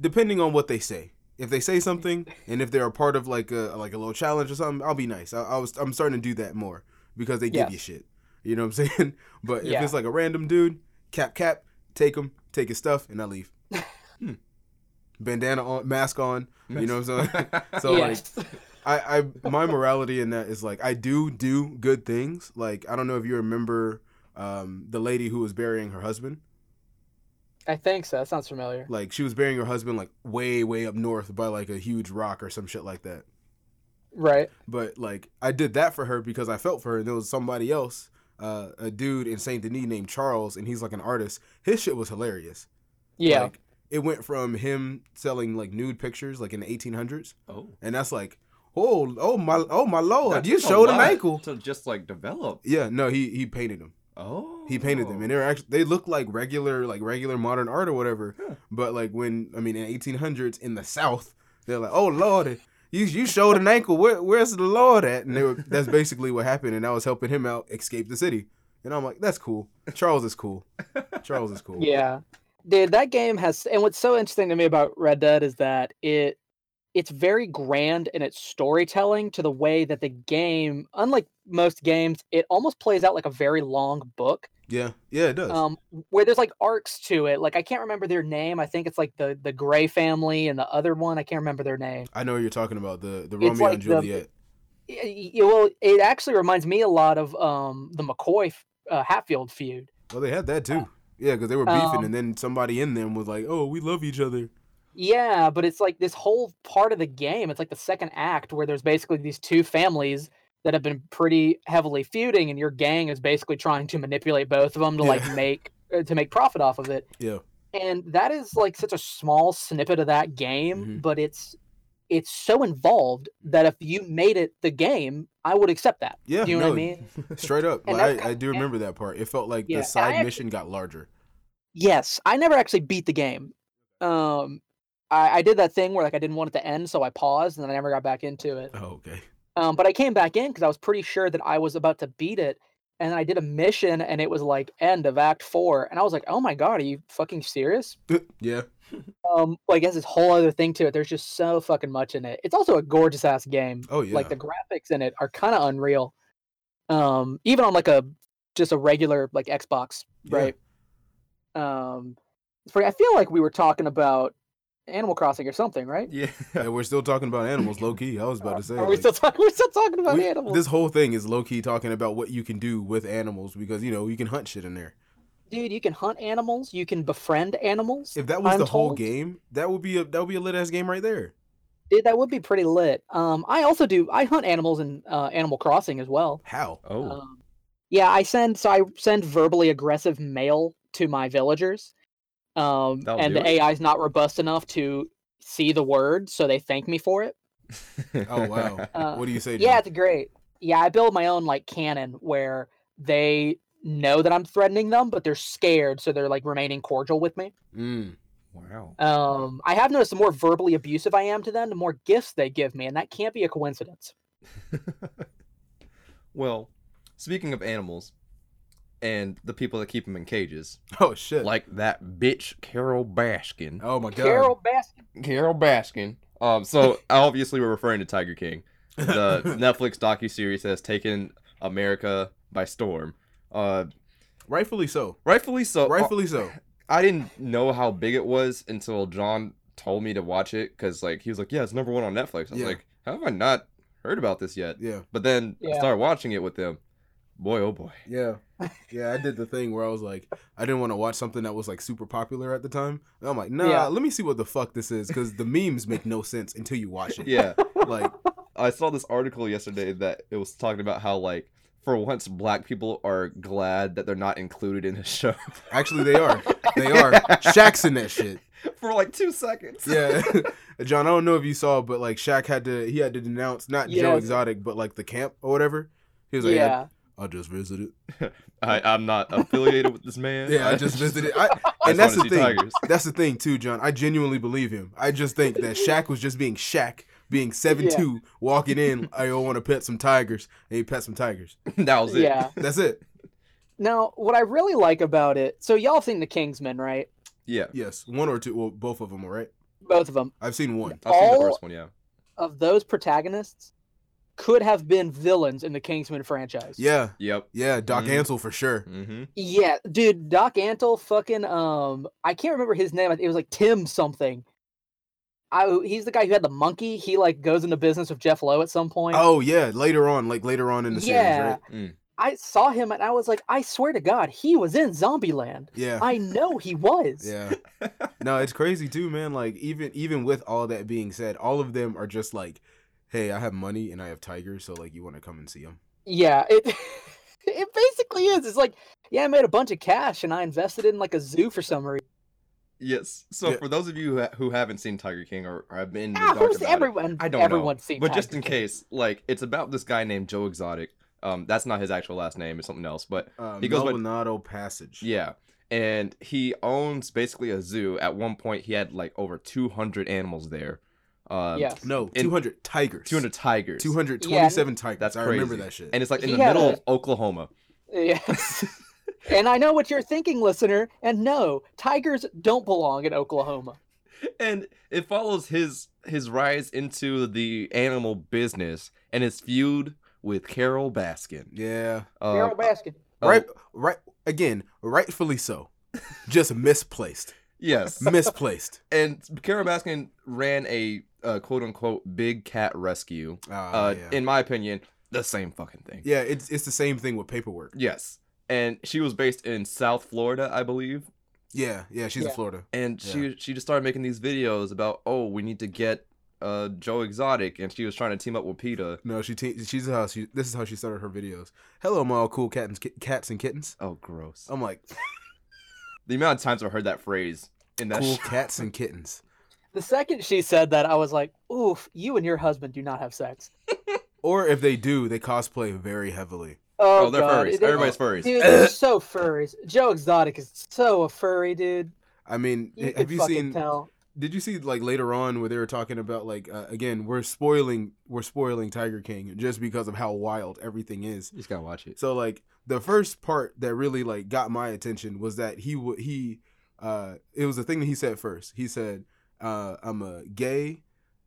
Depending on what they say. If they say something and if they're a part of like a like a little challenge or something, I'll be nice. I, I was I'm starting to do that more because they give Yes. you shit. You know what I'm <laughs> saying? But if Yeah. it's like a random dude, cap cap, take him, take his stuff, and I <laughs> leave. Hmm. Bandana on, mask on. <laughs> You know what I'm saying? <laughs> <laughs> So like yes. I, I my morality in that is like I do do good things. Like I don't know if you remember um, the lady who was burying her husband. I think so. That sounds familiar. Like she was burying her husband like way way up north by like a huge rock or some shit like that. Right. But like I did that for her because I felt for her. And there was somebody else, uh, a dude in Saint Denis named Charles, and he's like an artist. His shit was hilarious. Yeah. Like, it went from him selling like nude pictures like in the 1800s, oh, and that's like, oh oh my oh my lord, That you took a showed an lot ankle. to just like develop. Yeah, no, he he painted them. Oh, He painted them, and they're actually they look like regular like regular modern art or whatever. Huh. But like when I mean in eighteen hundreds in the South, they're like, oh lordy, you you showed an ankle. Where, where's the Lord at? And they were that's basically what happened. And I was helping him out escape the city. And I'm like, that's cool. Charles is cool. Charles is cool. Yeah. Dude, that game has and what's so interesting to me about Red Dead is that it it's very grand in its storytelling to the way that the game, unlike most games, it almost plays out like a very long book. Yeah, yeah, it does. Um, where there's like arcs to it. Like I can't remember their name. I think it's like the the Gray family and the other one. I can't remember their name. I know what you're talking about the the it's Romeo like and the- Juliet. Y- y- well, it actually reminds me a lot of um the McCoy f- uh, Hatfield feud. Well, they had that too. Yeah, because they were beefing, Um, and then somebody in them was like, "Oh, we love each other." Yeah, but it's like this whole part of the game. It's like the second act where there's basically these two families that have been pretty heavily feuding, and your gang is basically trying to manipulate both of them to like Yeah. make uh, to make profit off of it. Yeah. and that is like such a small snippet of that game, Mhm. but it's it's so involved that if you made it the game, I would <laughs> accept that. Yeah, Do you know no, what I mean? straight up. And Like, that's I, I do kinda- remember that part. It felt like Yeah, the and I side actually- mission got larger. Yes, I never actually beat the game. Um, I, I did that thing where like I didn't want it to end, so I paused and then I never got back into it. Oh, okay. Um, but I came back in because I was pretty sure that I was about to beat it. And I did a mission and it was like end of act four. And I was like, oh my God, are you fucking serious? <laughs> yeah, Um, well, I guess this whole other thing to it. There's just so fucking much in it. It's also a gorgeous ass game. Oh, yeah. Like the graphics in it are kind of unreal. Um, even on like a just a regular like Xbox, Yeah. right? Um, it's pretty- I feel like we were talking about Animal Crossing or something, right? <laughs> Yeah. and we're still talking about animals, low key. I was about to say. Are we like, still talking? <laughs> We're still talking about we- animals. This whole thing is low key talking about what you can do with animals because you know you can hunt shit in there. dude you can hunt animals you can befriend animals If that was I'm the whole told. game, that would be a that would be a lit ass game right there. dude that would be pretty lit um i also do i hunt animals in uh, animal crossing as well How? Oh. um, yeah i send so i send verbally aggressive mail to my villagers um That'll and do the it. ai is not robust enough to see the word so they thank me for it Oh wow. Uh, what do you say? yeah John? it's great yeah i build my own like cannon where they know that i'm threatening them but they're scared so they're like remaining cordial with me Mm. <laughs> Wow. Um, I have noticed the more verbally abusive I am to them, the more gifts they give me, and that can't be a coincidence. Oh Well, speaking of animals and the people that keep them in cages, Oh shit. like that bitch Carol Baskin. oh my god. Carol Baskin. Oh. Carol Baskin. Um, so <laughs> obviously we're referring to Tiger King, <laughs> <laughs> the Netflix docu series that has taken America by storm. Uh, Rightfully so. rightfully so. Rightfully so. I didn't know how big it was until John told me to watch it because like he was like, yeah, it's number one on Netflix. I was Yeah. like, how have I not heard about this yet? Yeah. But then I Yeah. started watching it with them. Boy, oh boy. Yeah. <laughs> Yeah, I did the thing where I was like, I didn't want to watch something that was like super popular at the time. And I'm like, nah, Yeah. let me see what the fuck this is because the memes make no sense until you watch it. <laughs> Yeah. Like, I saw this article yesterday that it was talking about how like for once black people are glad that they're not included in a show actually, they are. They are. Shaq's in that shit. <laughs> for like two seconds. Yeah. <laughs> John, I don't know if you saw, but like Shaq had to, he had to denounce not Joe Yes. Exotic, but like the camp or whatever. He was like, yeah. Yeah, I just visited. I, I'm not affiliated with this man. Yeah, I <laughs> just visited. I, I and just that's the wanna see thing. Tigers. <laughs> That's the thing too, John. I genuinely believe him. I just think that Shaq was just being Shaq, being seven two, walking in. I want to pet some tigers, and he pet some tigers. That was it. yeah. That's it. Now, what I really like about it, so y'all have seen The Kingsman, right? Yeah. Yes, one or two. Well, both of them were right. Both of them. I've seen one. I've seen the All- first one, yeah. Of those protagonists, could have been villains in the Kingsman franchise. Yeah, Yep. yeah. Doc Mhm. Ansel for sure. Mm-hmm. Yeah, dude, Doc Antle, fucking um, I can't remember his name. I think It was like Tim something. I he's the guy who had the monkey. He like goes into business with Jeff Lowe at some point. Oh yeah, later on, like later on in the series, right? Mm. I saw him and I was like, I swear to God, he was in Zombieland. Yeah. I know <laughs> he was. Yeah. No, it's crazy too, man. Like even even with all that being said, all of them are just like, "Hey, I have money and I have tigers, so like you want to come and see them." Yeah, it <laughs> it basically is. It's like, yeah, I made a bunch of cash and I invested in like a zoo for some reason. Yes. So Yeah. for those of you who ha- who haven't seen Tiger King or, or have been in the Ah, dark who's Mm, about it, everyone? I don't everyone's know. seen but just Tiger in King. case, like it's about this guy named Joe Exotic. Um, that's not his actual last name; it's something else. But Uh, He goes by- Maldonado Passage. yeah, and he owns basically a zoo. At one point, he had like over two hundred animals there. Um, yes. <laughs> No, And- two hundred tigers. two hundred tigers. 227 tigers. That's I remember crazy. that shit. and it's like in He the had middle a- of Oklahoma. <laughs> Yes. and I know what you're thinking, listener. And no, tigers don't belong in Oklahoma. and it follows his his rise into the animal business and his feud with Carol Baskin. Yeah. Um, Carol Baskin. uh, Right. Right. Again, rightfully so. Just <laughs> misplaced. Yes. Misplaced. And Carol Baskin ran a uh, quote unquote big cat rescue. Uh, Uh, yeah. In my opinion, the same fucking thing. yeah. It's it's the same thing with paperwork. Yes. And she was based in South Florida, I believe. Yeah. Yeah. She's in Yeah. Florida. and she she just started making these videos about oh we need to get uh Joe Exotic and she was trying to team up with PETA. No, she te- she's how she. This is how she started her videos. Hello, my all cool cats and ki- cats and kittens. Oh gross! I'm like The amount of times I've heard that phrase in that cool sh- cats and kittens. The second she said that, I was like, "Oof, you and your husband do not have sex." Or if they do, they cosplay very heavily. oh they're God, furries it- everybody's furries Dude, they're so furries. Joe Exotic is so a furry, dude. I mean, You have could you fucking seen? tell. Did you see like later on where they were talking about like uh, again we're spoiling we're spoiling Tiger King just because of how wild everything is. you just gotta watch it So like the first part that really like got my attention was that he would he uh it was the thing that he said first. He said uh I'm a gay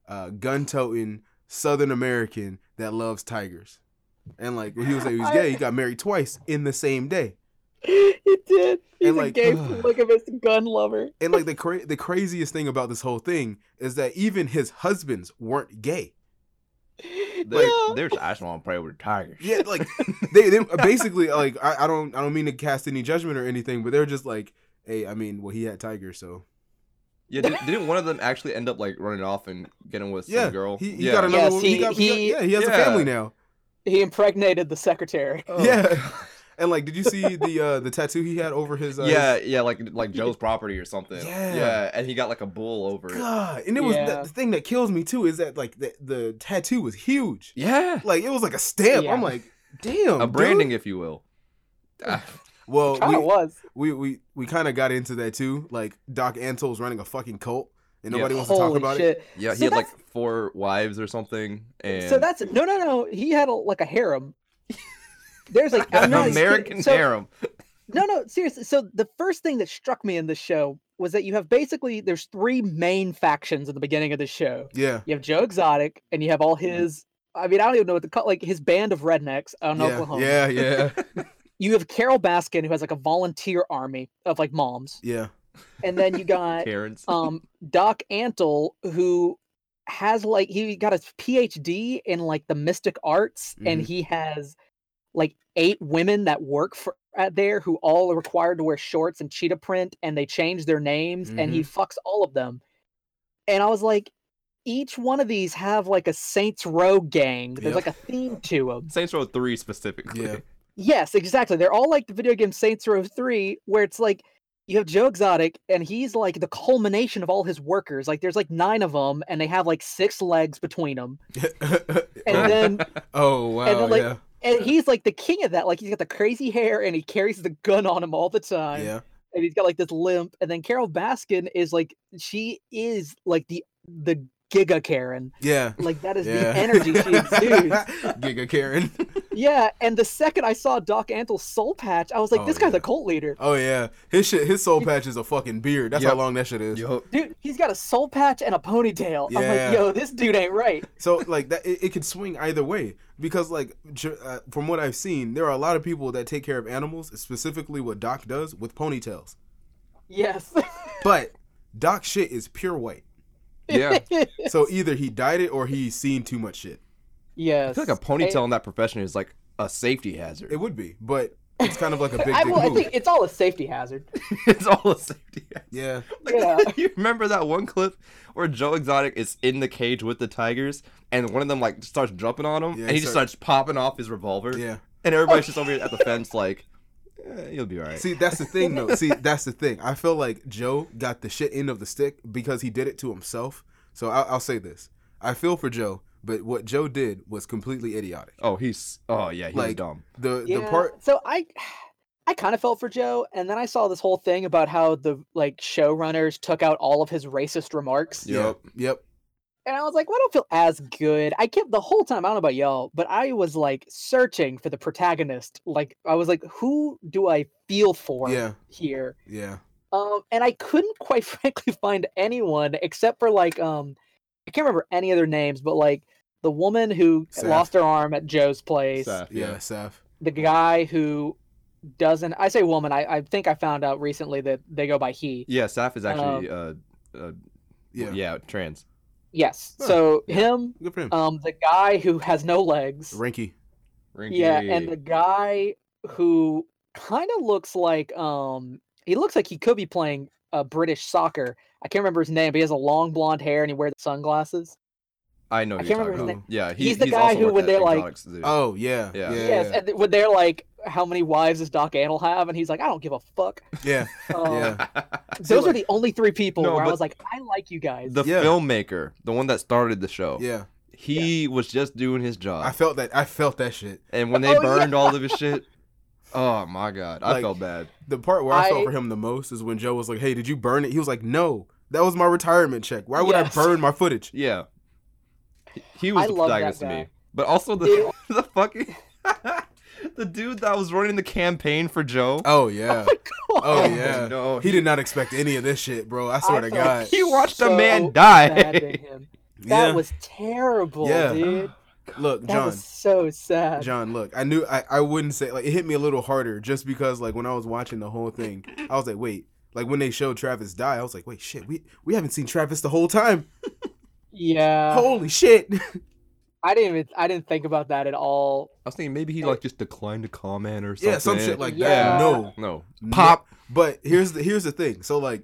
uh gun toting southern American that loves tigers. And like when he was like he was gay, he got married twice in the same day. <laughs> He did. He's And, a like, <sighs> gay ugh. polygamist gun lover. And like the cra- the craziest thing about this whole thing is that even his husbands weren't gay. they, Yeah. they're just I just want to play with tigers Yeah, like <laughs> they, they basically like I, I don't I don't mean to cast any judgment or anything, but they're just like, hey, I mean, well he had tigers, so yeah did, didn't one of them actually end up like running off and getting with some Yeah, girl He, he yeah got another Yes, one. He, he- got, he got- he- yeah, he has a yeah. family now. He impregnated the secretary. Oh, <laughs> <laughs> Yeah. God. And like, did you see the uh, the tattoo he had over his? Uh, yeah yeah like <laughs> like Joe's property or something Yeah. and he got like a bull over his- it God, and it was Yeah. the, the thing that kills me too is that like the, the tattoo was huge. yeah Like it was like a stamp. Yeah. I'm like, damn. a branding dude. if you will Ah, Kind of Well, was. we we we, we kind of got into that too. Like Doc Antol's running a fucking cult, and Yeah. nobody wants to talk Holy about it. shit. <sighs> yeah he So had like four wives or something and So <laughs> that's no, no, no. He had a, like a harem. <laughs> There's like an I'm not even kidding. American so, harem. No, no, seriously. So the first thing that struck me in this show was that you have basically there's three main factions at the beginning of the show. Yeah, You have Joe Exotic, and you have Mm-hmm. all his. I mean, I don't even know what to call like his band of rednecks out in yeah, Oklahoma. yeah, yeah, You have Carol Baskin, who has like a volunteer army of like moms, yeah. and then you got Karens. um Doc Antle, who has like he got his PhD in like the mystic arts, and Mhm. he has like eight women that work for at there who all are required to wear shorts and cheetah print, and they change their names, and he fucks all of them. And I was like, each one of these have like a Saints Row gang. Yep. There's like a theme to them. Saints Row 3 specifically. Yeah. Yes, exactly. They're all like the video game Saints Row 3, where it's like you have Joe Exotic, and he's like the culmination of all his workers. Like there's like nine of them, and they have like six legs between them. <laughs> <laughs> And then oh wow, and then, like, yeah, and he's like the king of that. Like he's got the crazy hair, and he carries the gun on him all the time, yeah, and he's got like this limp. And then Carol Baskin is like she is like the the Giga Karen. yeah. Like that is yeah. the energy <laughs> she exudes. Giga Karen. Yeah, and the second I saw Doc Antle's soul patch, I was like, Oh, this guy's yeah. a cult leader. Oh yeah, his shit, his soul patch is a fucking beard. That's how Yep. long that <laughs> shit is. dude, he's got a soul patch and a ponytail. I'm Yeah. like, yo, this dude ain't right. So like that, it, it could swing either way because like j- uh, from what I've seen, there are a lot of people that take care of animals, specifically what Doc does with ponytails. Yes. <laughs> But Doc shit is pure white. Yeah. I So either he dyed it or he's seen too much shit. yes. <laughs> feel like a ponytail in that profession is like a safety hazard. It would be, but it's kind of like a big <laughs> I, dick well, I move. think it's all a safety hazard. <laughs> <laughs> it's all a safety <laughs> hazard. Yeah, Like, Yeah. you remember that one clip where Joe Exotic is in the cage with the tigers and one of them like starts jumping on him Yeah, and he he just start- starts popping off his revolver yeah. and everybody's just over here <laughs> at the fence like, eh, you'll be all right. See, that's the thing, though. See, that's the thing. I feel like Joe got the shit end of the stick because he did it to himself. So I'll, I'll say this: I feel for Joe, but what Joe did was completely idiotic. oh, he's, oh yeah, he's Like- dumb. The the Yeah, part, So I I kind of felt for Joe, and then I saw this whole thing about how the like showrunners took out all of his racist remarks. Yeah. Yep. yep, And I was like, well, I don't feel as good. I kept the whole time, I don't know about y'all, but I was like searching for the protagonist. Like I was like, who do I feel for yeah, here? yeah. Um, and I couldn't <laughs> quite frankly find anyone except for like um, I can't remember any other names, but like the woman who Seth. lost her arm at Joe's place, Seth, Yeah, yeah. Saf. the guy who doesn't. I say woman. I, I think I found out recently that they go by he. Yeah, Saf is actually Um, uh, uh Yeah. yeah. trans. Yes. Huh, So yeah. him, Good for him. um, the guy who has no legs. Ranky. Yeah, and the guy who kind of looks like um he looks like he could be playing uh, British soccer. I can't remember his name, but he has a long blonde hair and he wears sunglasses. I know. I who can't you're remember talking his about. Yeah, he, He's the guy also who, worked when at they're like- Exotics Zoo. <laughs> Oh yeah. Yeah. Yeah. yes, yeah. and th- when they're like, "How many wives does Doc Antle have?" and he's like, "I don't give a <laughs> fuck." Yeah. Um, Yeah. Those See, are like- the only three people No, where I but- was like, "I like you guys." <laughs> the Yeah. filmmaker, the one that started the show, Yeah. he was just doing his job. I felt that. I felt that shit. and when they Oh, yeah. burned all <laughs> of his shit, oh my god, I Like- felt bad. The part where I, I- felt for him the most is when Joe was like, "Hey, did you burn it?" He was like, "No, that was my retirement check. Why would Yes. I burn my footage?" Yeah, He- he I was the love that protagonist to me. guy. But also the Dude. <laughs> the fucking the dude that was running the campaign for Joe. Oh yeah. Oh Oh, yeah. no. He did not expect any of this shit, bro. I swear to felt God. He watched a so man bad <laughs> die. <laughs> to him. That yeah. was terrible, Yeah. <gasps> dude. Look, That John. was so sad. John, look, I knew I, I wouldn't say like it hit me a little harder just because like when I was watching the whole thing, I was like, wait, like when they showed Travis die, I was like, wait, shit, we we haven't seen Travis the whole time. Yeah, Holy shit! <laughs> I didn't even I didn't think about that at all. I was thinking maybe he like just declined to comment or something. yeah, some shit like Yeah. that. No, no. no. Pop. But here's the here's the thing. So like,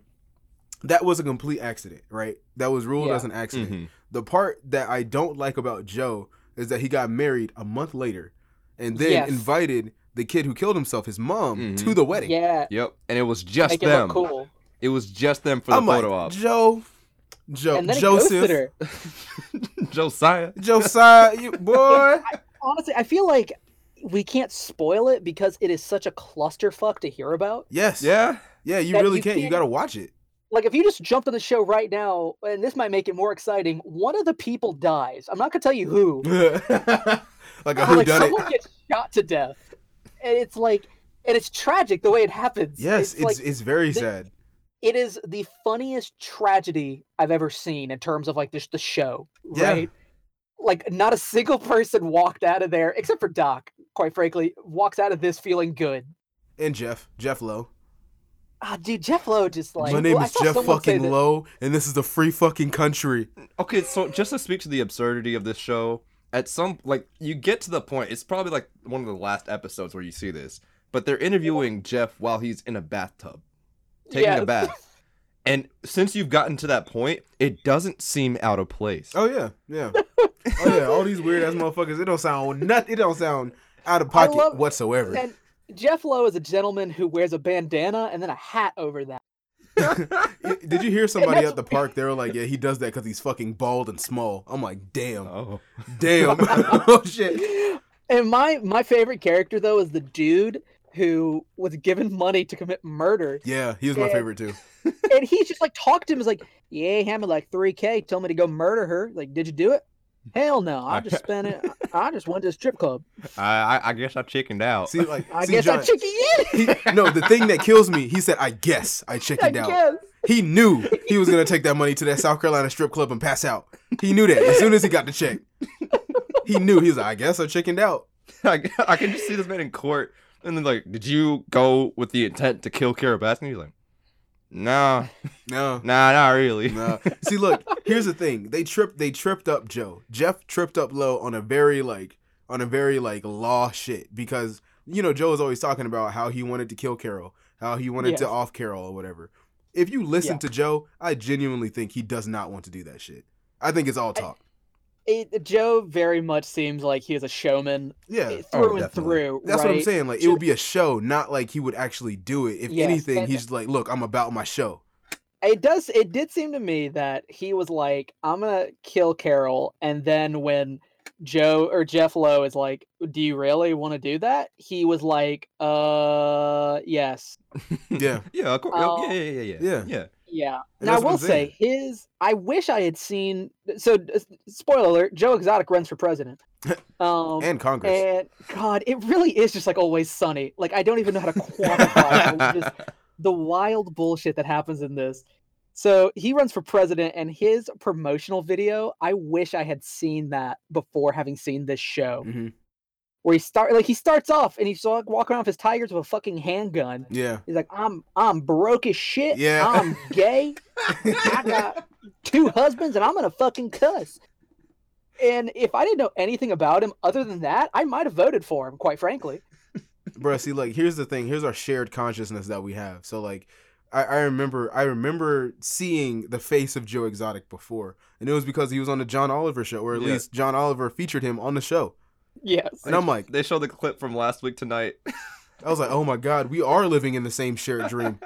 that was a complete accident, right? That was ruled Yeah. as an accident. Mhm. The part that I don't like about Joe is that he got married a month later, and then Yes. invited the kid who killed himself, his mom, Mhm. to the wedding. Yeah, Yep. And it was just make it them. look cool. It was just them for the I'm photo like, op. Joe, Joe, and then he ghosted Joseph, her. Josiah. Josiah, <laughs> you, boy. Honestly, I feel like we can't spoil it because it is such a clusterfuck to hear about. Yes. Yeah. Yeah. You That really you can't. You can't- gotta watch <laughs> it. Like, if you just jumped on the show right now, and this might make it more exciting, one of the people dies. I'm not gonna tell <laughs> you who. like a but, like, whodunit. someone gets shot to death, and it's like, and it's tragic the way it happens. Yes, it's it's, like, very the- sad. it is the funniest tragedy I've ever seen in terms of like this the show, Yeah. right? Like not a single person walked out of there except for Doc, quite frankly, walks out of this feeling good. And Jeff, Jeff Lowe. Ah, dude, Jeff Lowe just like My name well, I is saw Jeff someone say fucking that- Lowe, and this is the free fucking country. Okay, so just to speak to the absurdity of this show, at some like you get to the point, it's probably like one of the last episodes where you see this, but they're interviewing Jeff while he's in a bathtub, taking Yeah. a bath. And since you've gotten to that point, it doesn't seem out of place. Oh yeah, yeah. oh yeah, all these weird ass motherfuckers. It don't sound nut. It don't sound out of I pocket love- whatsoever. And Jeff Lowe is a gentleman who wears a bandana and then a hat over that. Y- Did you hear somebody that's- <laughs> at the park? They were like, "Yeah, he does that because he's fucking bald and small." I'm like, "Damn, Oh. damn, <laughs> oh shit." And my my favorite character though is the dude who was given money to commit murder Yeah, he was my Yeah. favorite too. and he's just like talked to him. He's like, "Yeah, Hammond, like three k, told me to go murder her. Like, did you do it? Hell no, I <laughs> just spent it. I just went to a strip club. I, I I guess I chickened out. See, like, I see, guess John, I <laughs> chickened in. he, <laughs> no, the thing that kills me, he said, "I guess I I chickened out." guess. He knew he was gonna take that money to that South Carolina strip club and pass out. He knew that as soon as he got the check. He knew he was like, "I guess I chickened out." <laughs> I, I can just see this man in court, and then like, did you go with the intent to kill Kiribati? And he's like, nah, No, nah, not really. Nah. See, look, here's the thing. They tripped. They tripped up Joe. Jeff tripped up Low on a very like on a very like law shit because you know Joe is always talking about how he wanted to kill Carol, how he wanted Yes. to off Carol or whatever. If you listen Yeah. to Joe, I genuinely think he does not want to do that shit. I think it's all talk. It, Joe very much seems like he is a showman yeah. eh, Oh, through and definitely. through. That's right? what I'm saying. Like it would be a show, not like he would actually do it. If Yes, anything, and- he's just like, "Look, I'm about my show." It does. It did seem to me that he was like, "I'm gonna kill Carol," and then when Joe or Jeff Lowe is like, "Do you really want to do that?" He was like, "Uh, yes." Yeah. <laughs> Yeah, of course. Oh. yeah, yeah, yeah, Yeah. yeah, yeah. Yeah. And now I that's what will I'm saying. say his. I wish I had seen. So d- s- spoiler alert: Joe Exotic runs <laughs> for president. Um, and, And Congress. <laughs> <laughs> God, it really is just like always sunny. Like I don't even know how to quantify. it. It was just the wild bullshit that happens in this. So he runs for president, and his promotional video. I wish I had seen that before having seen this show, Mhm. where he start like he starts off and he's like walking around with his tigers with a fucking handgun. Yeah. He's like, I'm I'm broke as shit. Yeah. I'm gay. I got two husbands, and I'm gonna fucking cuss. And if I didn't know anything about him other than that, I might have voted for him, quite frankly. Bruh, see, like, here's the thing. Here's our shared consciousness that we have. So, like, I, I remember, I remember seeing the face of Joe Exotic before, and it was because he was on the John Oliver show, or at Yeah. least John Oliver featured him on the show. Yes. And I'm <laughs> like, They showed the clip from last week tonight. I was like, oh my god, we are living in the same shared <laughs> dream.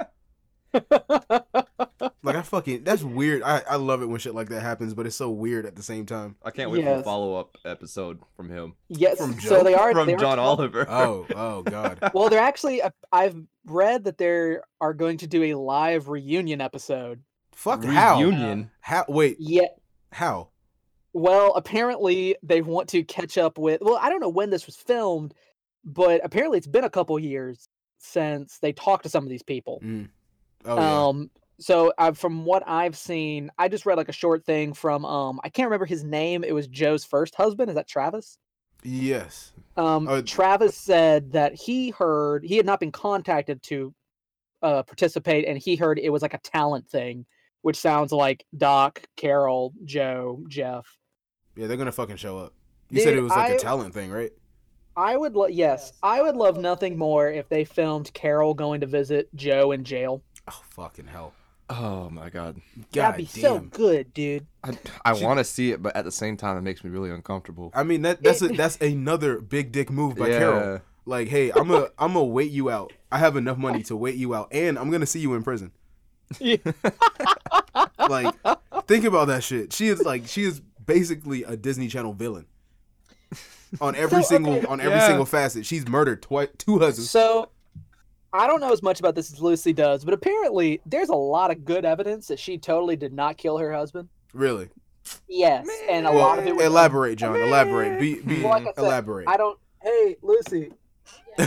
Like, I fucking, that's weird. I, I love it when shit like that happens, but it's so weird at the same time. I can't wait for the Yes. follow up episode from him. yes. From so they are from they are John talking- Oliver. Oh, oh god. <laughs> Well, they're actually. I- I've read that they are going to do a live reunion episode. <laughs> Fuck how? reunion. How? Wait, Yeah. how? Well, apparently they want to catch up with. Well, I don't know when this was filmed, but apparently it's been a couple years since they talked to some of these people. Oh, yeah. Um, so i from what I've seen, I just read like a short thing from um, I can't remember his name. It was Joe's first husband. Is that Travis? yes. Um, Oh. Travis said that he heard he had not been contacted to uh, participate, and he heard it was like a talent thing, which sounds like Doc, Carol, Joe, Jeff. Yeah, they're gonna fucking show up. You said Dude, it was like a I- talent thing, right? I would lo- yes, I would love nothing more if they filmed Carol going to visit Joe in jail. Oh fucking hell! Oh my god. God That'd damn. be so good, dude. I, I She- want to see it, but at the same time, it makes me really uncomfortable. I mean that that's a, It- that's another big dick move by Carol. Like, hey, I'm a <laughs> I'm gonna wait you out. I have enough money to wait you out, and I'm gonna see you in prison. Yeah. <laughs> like, think about that shit. She is like she is basically a Disney Channel villain. On every So, single okay. on every Yeah. single facet, she's murdered twice, two husbands. So I don't know as much about this as Lucy does, but apparently there's a lot of good evidence that she totally did not kill her husband. Really? Yes, and a Well, lot of it was elaborate, John. Elaborate. Be be Well, like I said, elaborate. I don't. Hey, Lucy, <laughs>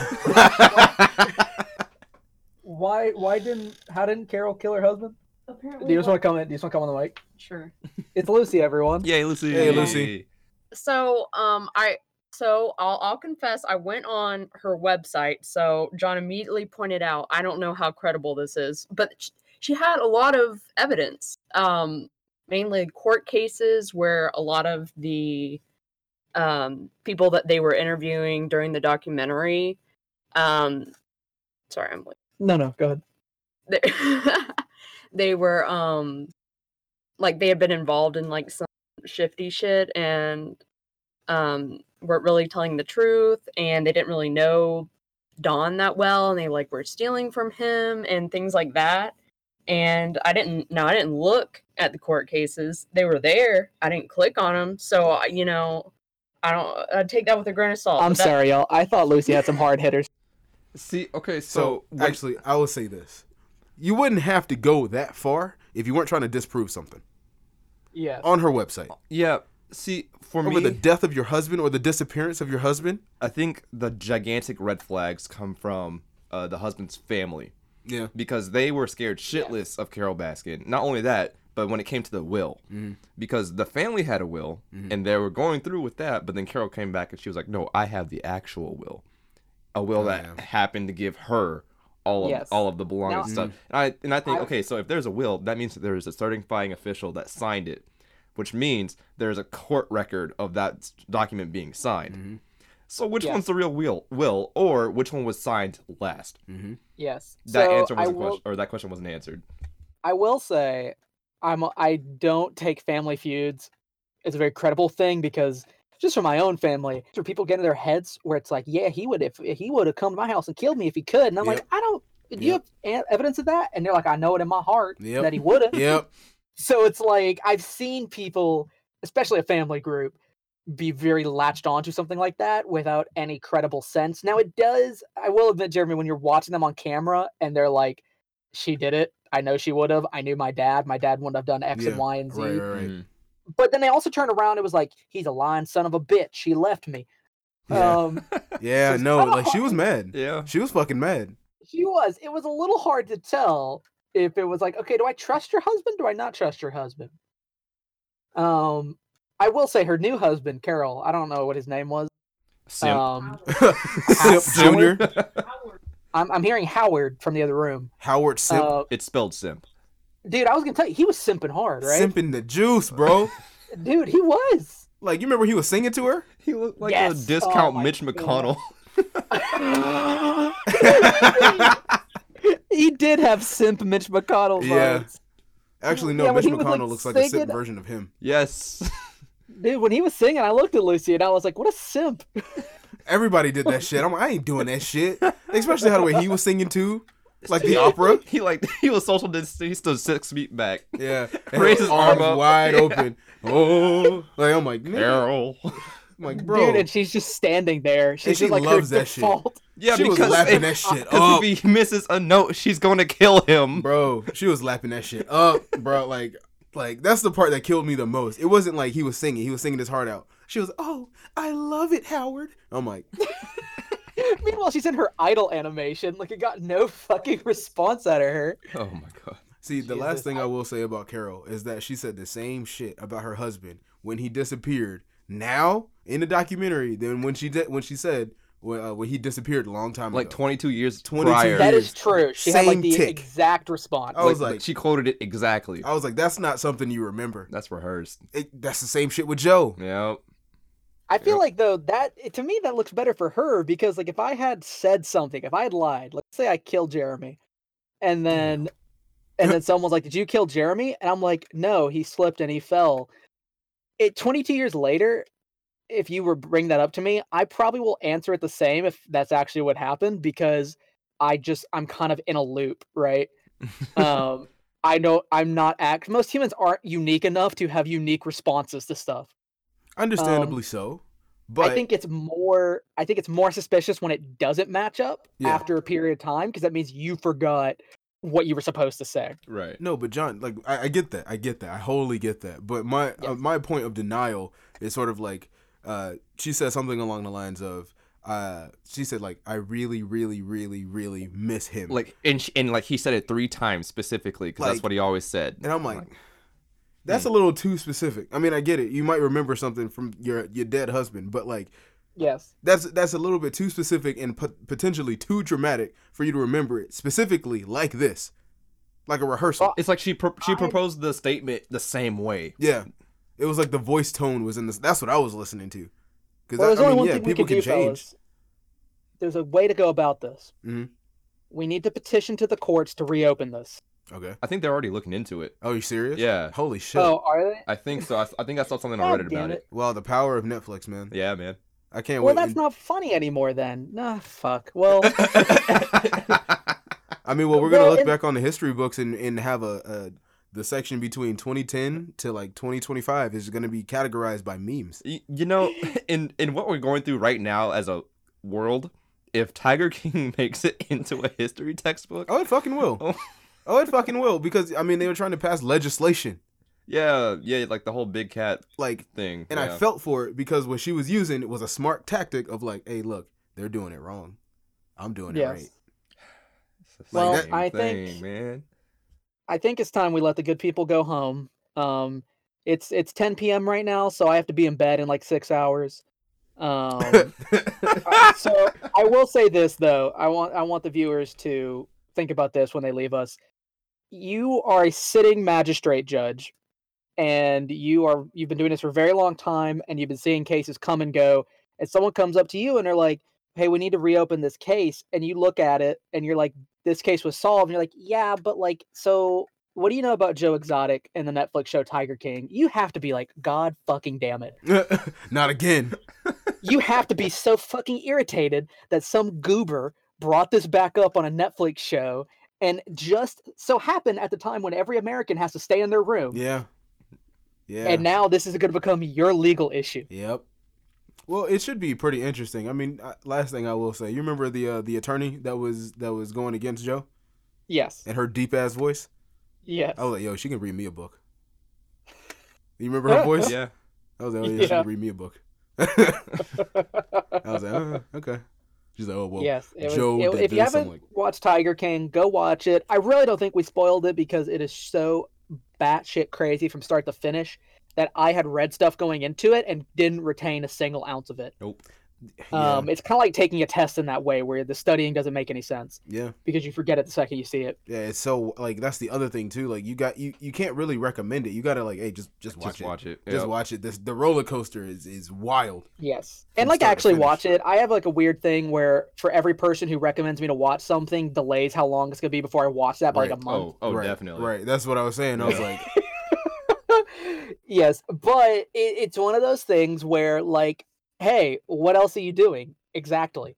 why why didn't how didn't Carol kill her husband? Apparently, Do you just what- want to come in? Do you just want to come on the mic? sure. It's Lucy, everyone. Yay, Lucy. Hey, Lucy. So, um, I so I'll I'll confess I went on her website. So John immediately pointed out I don't know how credible this is, but sh- she had a lot of evidence, um, mainly court cases where a lot of the um people that they were interviewing during the documentary, um, sorry, I'm like. No, no, go ahead. they, <laughs> they were um like they had been involved in like some shifty shit and um weren't really telling the truth and they didn't really know Don that well and they like were stealing from him and things like that and I didn't now I didn't look at the court cases they were there I didn't click on them so I- you know I don't I take that with a grain of salt I'm but that- sorry, y'all. I thought Lucy had some hard hitters. See, okay, So so, actually, actually, I will say this: you wouldn't have to go that far if you weren't trying to disprove something Yes. on her website yeah. See, for over me, the death of your husband or the disappearance of your husband. I think the gigantic red flags come from uh, the husband's family Yeah, because they were scared shitless of Carol Baskin. Not only that, but when it came to the will, Mm-hmm. because the family had a will and they were going through with that, but then Carol came back and she was like, "No, I have the actual will, a will that yeah. happened to give her." All of Oh, Yes. all of the belonging Now- mm-hmm. stuff, and I and I think I- okay, so if there's a will, that means that there is a certifying official that signed it, which means there's a court record of that s- document being signed. Mm-hmm. Mm-hmm. So which Yes. one's the real will, will, or which one was signed last? Mm-hmm. Yes. That so answer I wasn't will, question, or that question wasn't answered. I will say, I'm a- I don't take family feuds. It's a very credible thing because just for my own family, for people get in their heads where it's like, yeah, he would if he would have come to my house and killed me if he could, and I'm like, Yep. I don't. Do you have e- evidence of that? And they're like, I know it in my heart Yep. that he would have. yep. So it's like I've seen people, especially a family group, be very latched onto something like that without any credible sense. Now it does. I will admit, Jeremy, when you're watching them on camera and they're like, "She did it. I know she would have. I knew my dad. My dad wouldn't have done X Yeah, and Y and Z." Right, right, right. Mhm. But then they also turned around. It was like, "He's a lying son of a bitch. She left me." Yeah, Um, yeah Just- no, like she was mad. <laughs> Yeah. She was fucking mad. She was. It was a little hard to tell if it was like, okay, do I trust your husband? Do I not trust your husband? Um, I will say her new husband, Carol. I don't know what his name was. Simp. Um, <laughs> Simp Junior. I'm I'm hearing Howard from the other room. Howard Simp. Uh, <laughs> it's spelled simp. dude, I was gonna tell you, he was simping hard, right? Simping the juice, bro. Dude, he was. like you remember he was singing to her? He looked like Yes. a discount Oh my Mitch McConnell. <laughs> he did have simp Mitch McConnell. Yeah. vibes. Actually, no. Yeah, when Mitch he was, McConnell like, looks like a simp singing- version of him. Yes. Dude, when he was singing, I looked at Lucy and I was like, what a simp. Everybody did that shit. I'm. like, I ain't doing that shit. Especially how the way he was singing too, like <laughs> the opera. <laughs> he like he was social distancing. He stood six feet back. Yeah, Raise his arm up. wide Yeah. open. Oh, like I'm like, nigga. Carol. I'm like bro. Dude, and she's just standing there. She's she just like loves her that shit. default. Yeah, she was because lapping if, that shit <laughs> 'cause up, if he misses a note, she's going to kill him. bro. She was lapping that shit up, bro. Like, like that's the part that killed me the most. It wasn't like he was singing; he was singing his heart out. She was, "Oh, I love it, Howard." I'm like, <laughs> Meanwhile, she's in her idol animation. Like, it got no fucking response out of her. Oh my god. see, the Jesus. last thing I will say about Carol is that she said the same shit about her husband when he disappeared. Now in the documentary, than when she did when she said when, uh, when he disappeared a long time Like ago. 22 years 22 prior. There That it is is. true. She had like Same the tick. Oh, exact response. I was Like, like- Oh. she quoted it exactly. I was like, that's not something you remember. That's rehearsed. It, that's the same shit with Joe. Yep. I feel Yep. like though that it- to me that looks better for her because like if I had said something, if I had lied, let's say I killed Jeremy, and then and then someone's like, "Did you kill Jeremy?" And I'm like, "No, he slipped and he fell." It 22 years later, if you were bring that up to me, I probably will answer it the same if that's actually what happened because I just I'm kind of in a loop, right? um, I know I'm not act. Most humans aren't unique enough to have unique responses to stuff. Understandably so, but Um, I think it's more I think it's more suspicious when it doesn't match up Yeah. after a period of time because that means you forgot what you were supposed to say. Right. No, but John, like I, I get that, I get that, I wholly get that. But my uh, Yes. my point of denial is sort of like uh, she said something along the lines of uh, she said like I really, really, really, really miss him. Like and sh and like he said it three times specifically because that's Like- what he always said. and I'm like, that's a Hmm. little too specific. I mean, I get it. You might remember something from your your dead husband, but like Yes. that's that's a little bit too specific and pot- potentially too dramatic for you to remember it specifically like this, like a rehearsal. Well, It's like she pro- she I- proposed the statement the same way. Yeah, it was like the voice tone was in this. That's what I was listening to. Because Well, there's I only mean, one yeah, thing we people can, can, do, change. fellas. There's a way to go about this. Mhm. We need to petition to the courts to reopen this. Okay. I think they're already looking into it. Oh, you serious? Yeah, Holy shit! Oh, are they? I think so. I, I think I saw something I God read damn about it. Wow, the power of Netflix, man. <laughs> Yeah, man. I can't Well, wait. that's not funny anymore then. Nah, fuck. <laughs> Well, I mean, well, we're gonna Well, look and- back on the history books and and have a, a the section between 2010 to like 2025 is gonna be categorized by memes. Y- you know, in in what we're going through right now as a world, if Tiger <laughs> King makes it into a history textbook, Oh, it fucking will. <laughs> Oh. oh, it fucking will. Because I mean, they were trying to pass legislation, yeah, yeah, like the whole big cat like, thing. and yeah. I felt for it because what she was using was a smart tactic of like, hey, look, they're doing it wrong. I'm doing it Yes. right. It's the Well, same I thing, think- man. I think it's time we let the good people go home. Um, it's it's 10 p.m. right now, so I have to be in bed in like <laughs> six hours. Um, I- so I will say this though, I want I want the viewers to think about this when they leave us. You are a sitting magistrate judge, and you are you've been doing this for a very long time, and you've been seeing cases come and go. And someone comes up to you and they're like, "Hey, we need to reopen this case," and you look at it and you're like, "This case was solved." And you're like, "Yeah, but like, so what do you know about Joe Exotic and the Netflix show Tiger King?" You have to be like, "God fucking damn it." <laughs> Not again. you have to be so fucking irritated that some goober brought this back up on a Netflix show and just so happened at the time when every American has to stay in their room. Yeah. Yeah. And now this is going to become your legal issue. yep. Well, it should be pretty interesting. I mean, uh, last thing I will say, you remember the uh, the attorney that was that was going against Joe Yes. and her deep ass voice? Yes. <laughs> I was like, yo, she can read me a book. You remember her voice? <laughs> Yeah, I was like, oh, yeah, she Yeah. can read me a book. I was like, oh, uh, okay. She's like, oh well, yes, it was, Joe it- did if you this, I'm haven't like- watched Tiger King, go watch it. I really don't think we spoiled it because it is so batshit crazy from start to finish that I had read stuff going into it and didn't retain a single ounce of it. yeah, Um, it's kind of like taking a test in that way where the studying doesn't make any sense yeah. because you forget it the second you see it. Yeah, it's so like that's the other thing too. Like you got you you can't really recommend it. You gotta like, hey, just just watch just it. watch it. Just Yeah. watch it. This the roller coaster is is wild. Yes. From And like start to actually finish. watch it. I have like a weird thing where for every person who recommends me to watch something delays how long it's going to be before I watch that by like Right. a month. Oh, oh, right, definitely. Right. That's what I was saying. I was Yeah. like, <laughs> yes, but it, it's one of those things where, like, hey, what else are you doing? Exactly.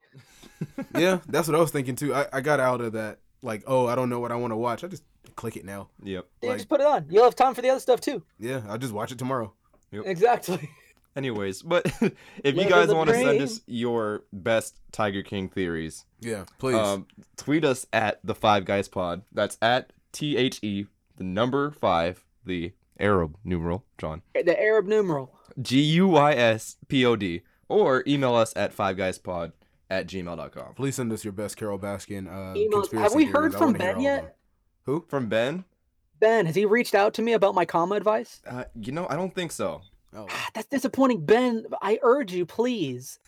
yeah, that's what I was thinking too. I, I got out of that like, oh, I don't know what I want to watch. I just click it now. Yep. Dude, Like- just put it on. You'll have time for the other stuff too. Yeah, I'll just watch it tomorrow. Exactly. <laughs> Anyways, but <laughs> if you Living guys the want to send dream. us your best Tiger King theories, Yeah, please. um, tweet us at the Five Guys Pod. That's at T H E the number five, the Arab numeral, John. The Arab numeral. G U Y S P O D. Or email us at five guys pod at gmail.com. please send us your best Carol Baskin. Uh, Emails. conspiracy Have we theories. heard I from wanna hear Ben all of yet? them. From Ben? Ben, has he reached out to me about my comma advice? Uh, you know, I don't think so. Oh, Ah, That's disappointing. Ben, I urge you, please.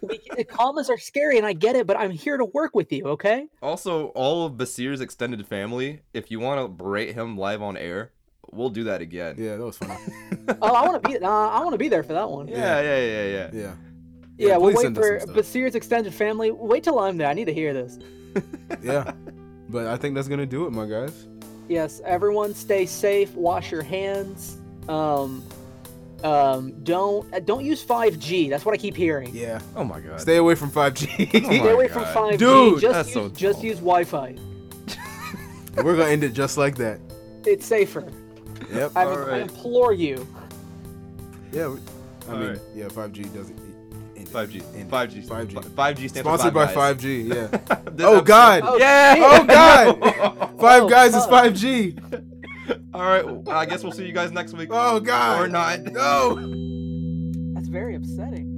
we, commas are scary and I get it, but I'm here to work with you, okay? Also, all of Basir's extended family, if you want to berate him live on air, we'll do that again. yeah, that was funny. Oh, I want to be uh, I want to be there for that one. Yeah, yeah, yeah, yeah. yeah. Yeah, we'll please wait send us for some stuff. Basir's extended family. Wait till I'm there. I need to hear this. yeah. But I think that's gonna do it, my guys. Yes, everyone stay safe, wash your hands. Um um don't uh, don't use 5G. That's what I keep hearing. Yeah. Oh my god. Stay away from 5G. Oh Stay my away from God. 5G. Dude, just that's use, so just dumb. use Wi-Fi. <laughs> We're gonna end it just like that. It's safer. Yep. I, All I right. implore you. Yeah. we- I All mean, right. yeah, 5G doesn't. end it. 5G. End it. 5G. 5G. 5G stands Sponsored by for five <laughs> 5G. Yeah. Guys. This oh episode- <laughs> God. Oh, Yeah. shit. Oh God. all <laughs> Five Oh, Guys is fuck. 5G. right. Well, I guess we'll see you guys next week. Oh God. Or not. No. oh That's very upsetting.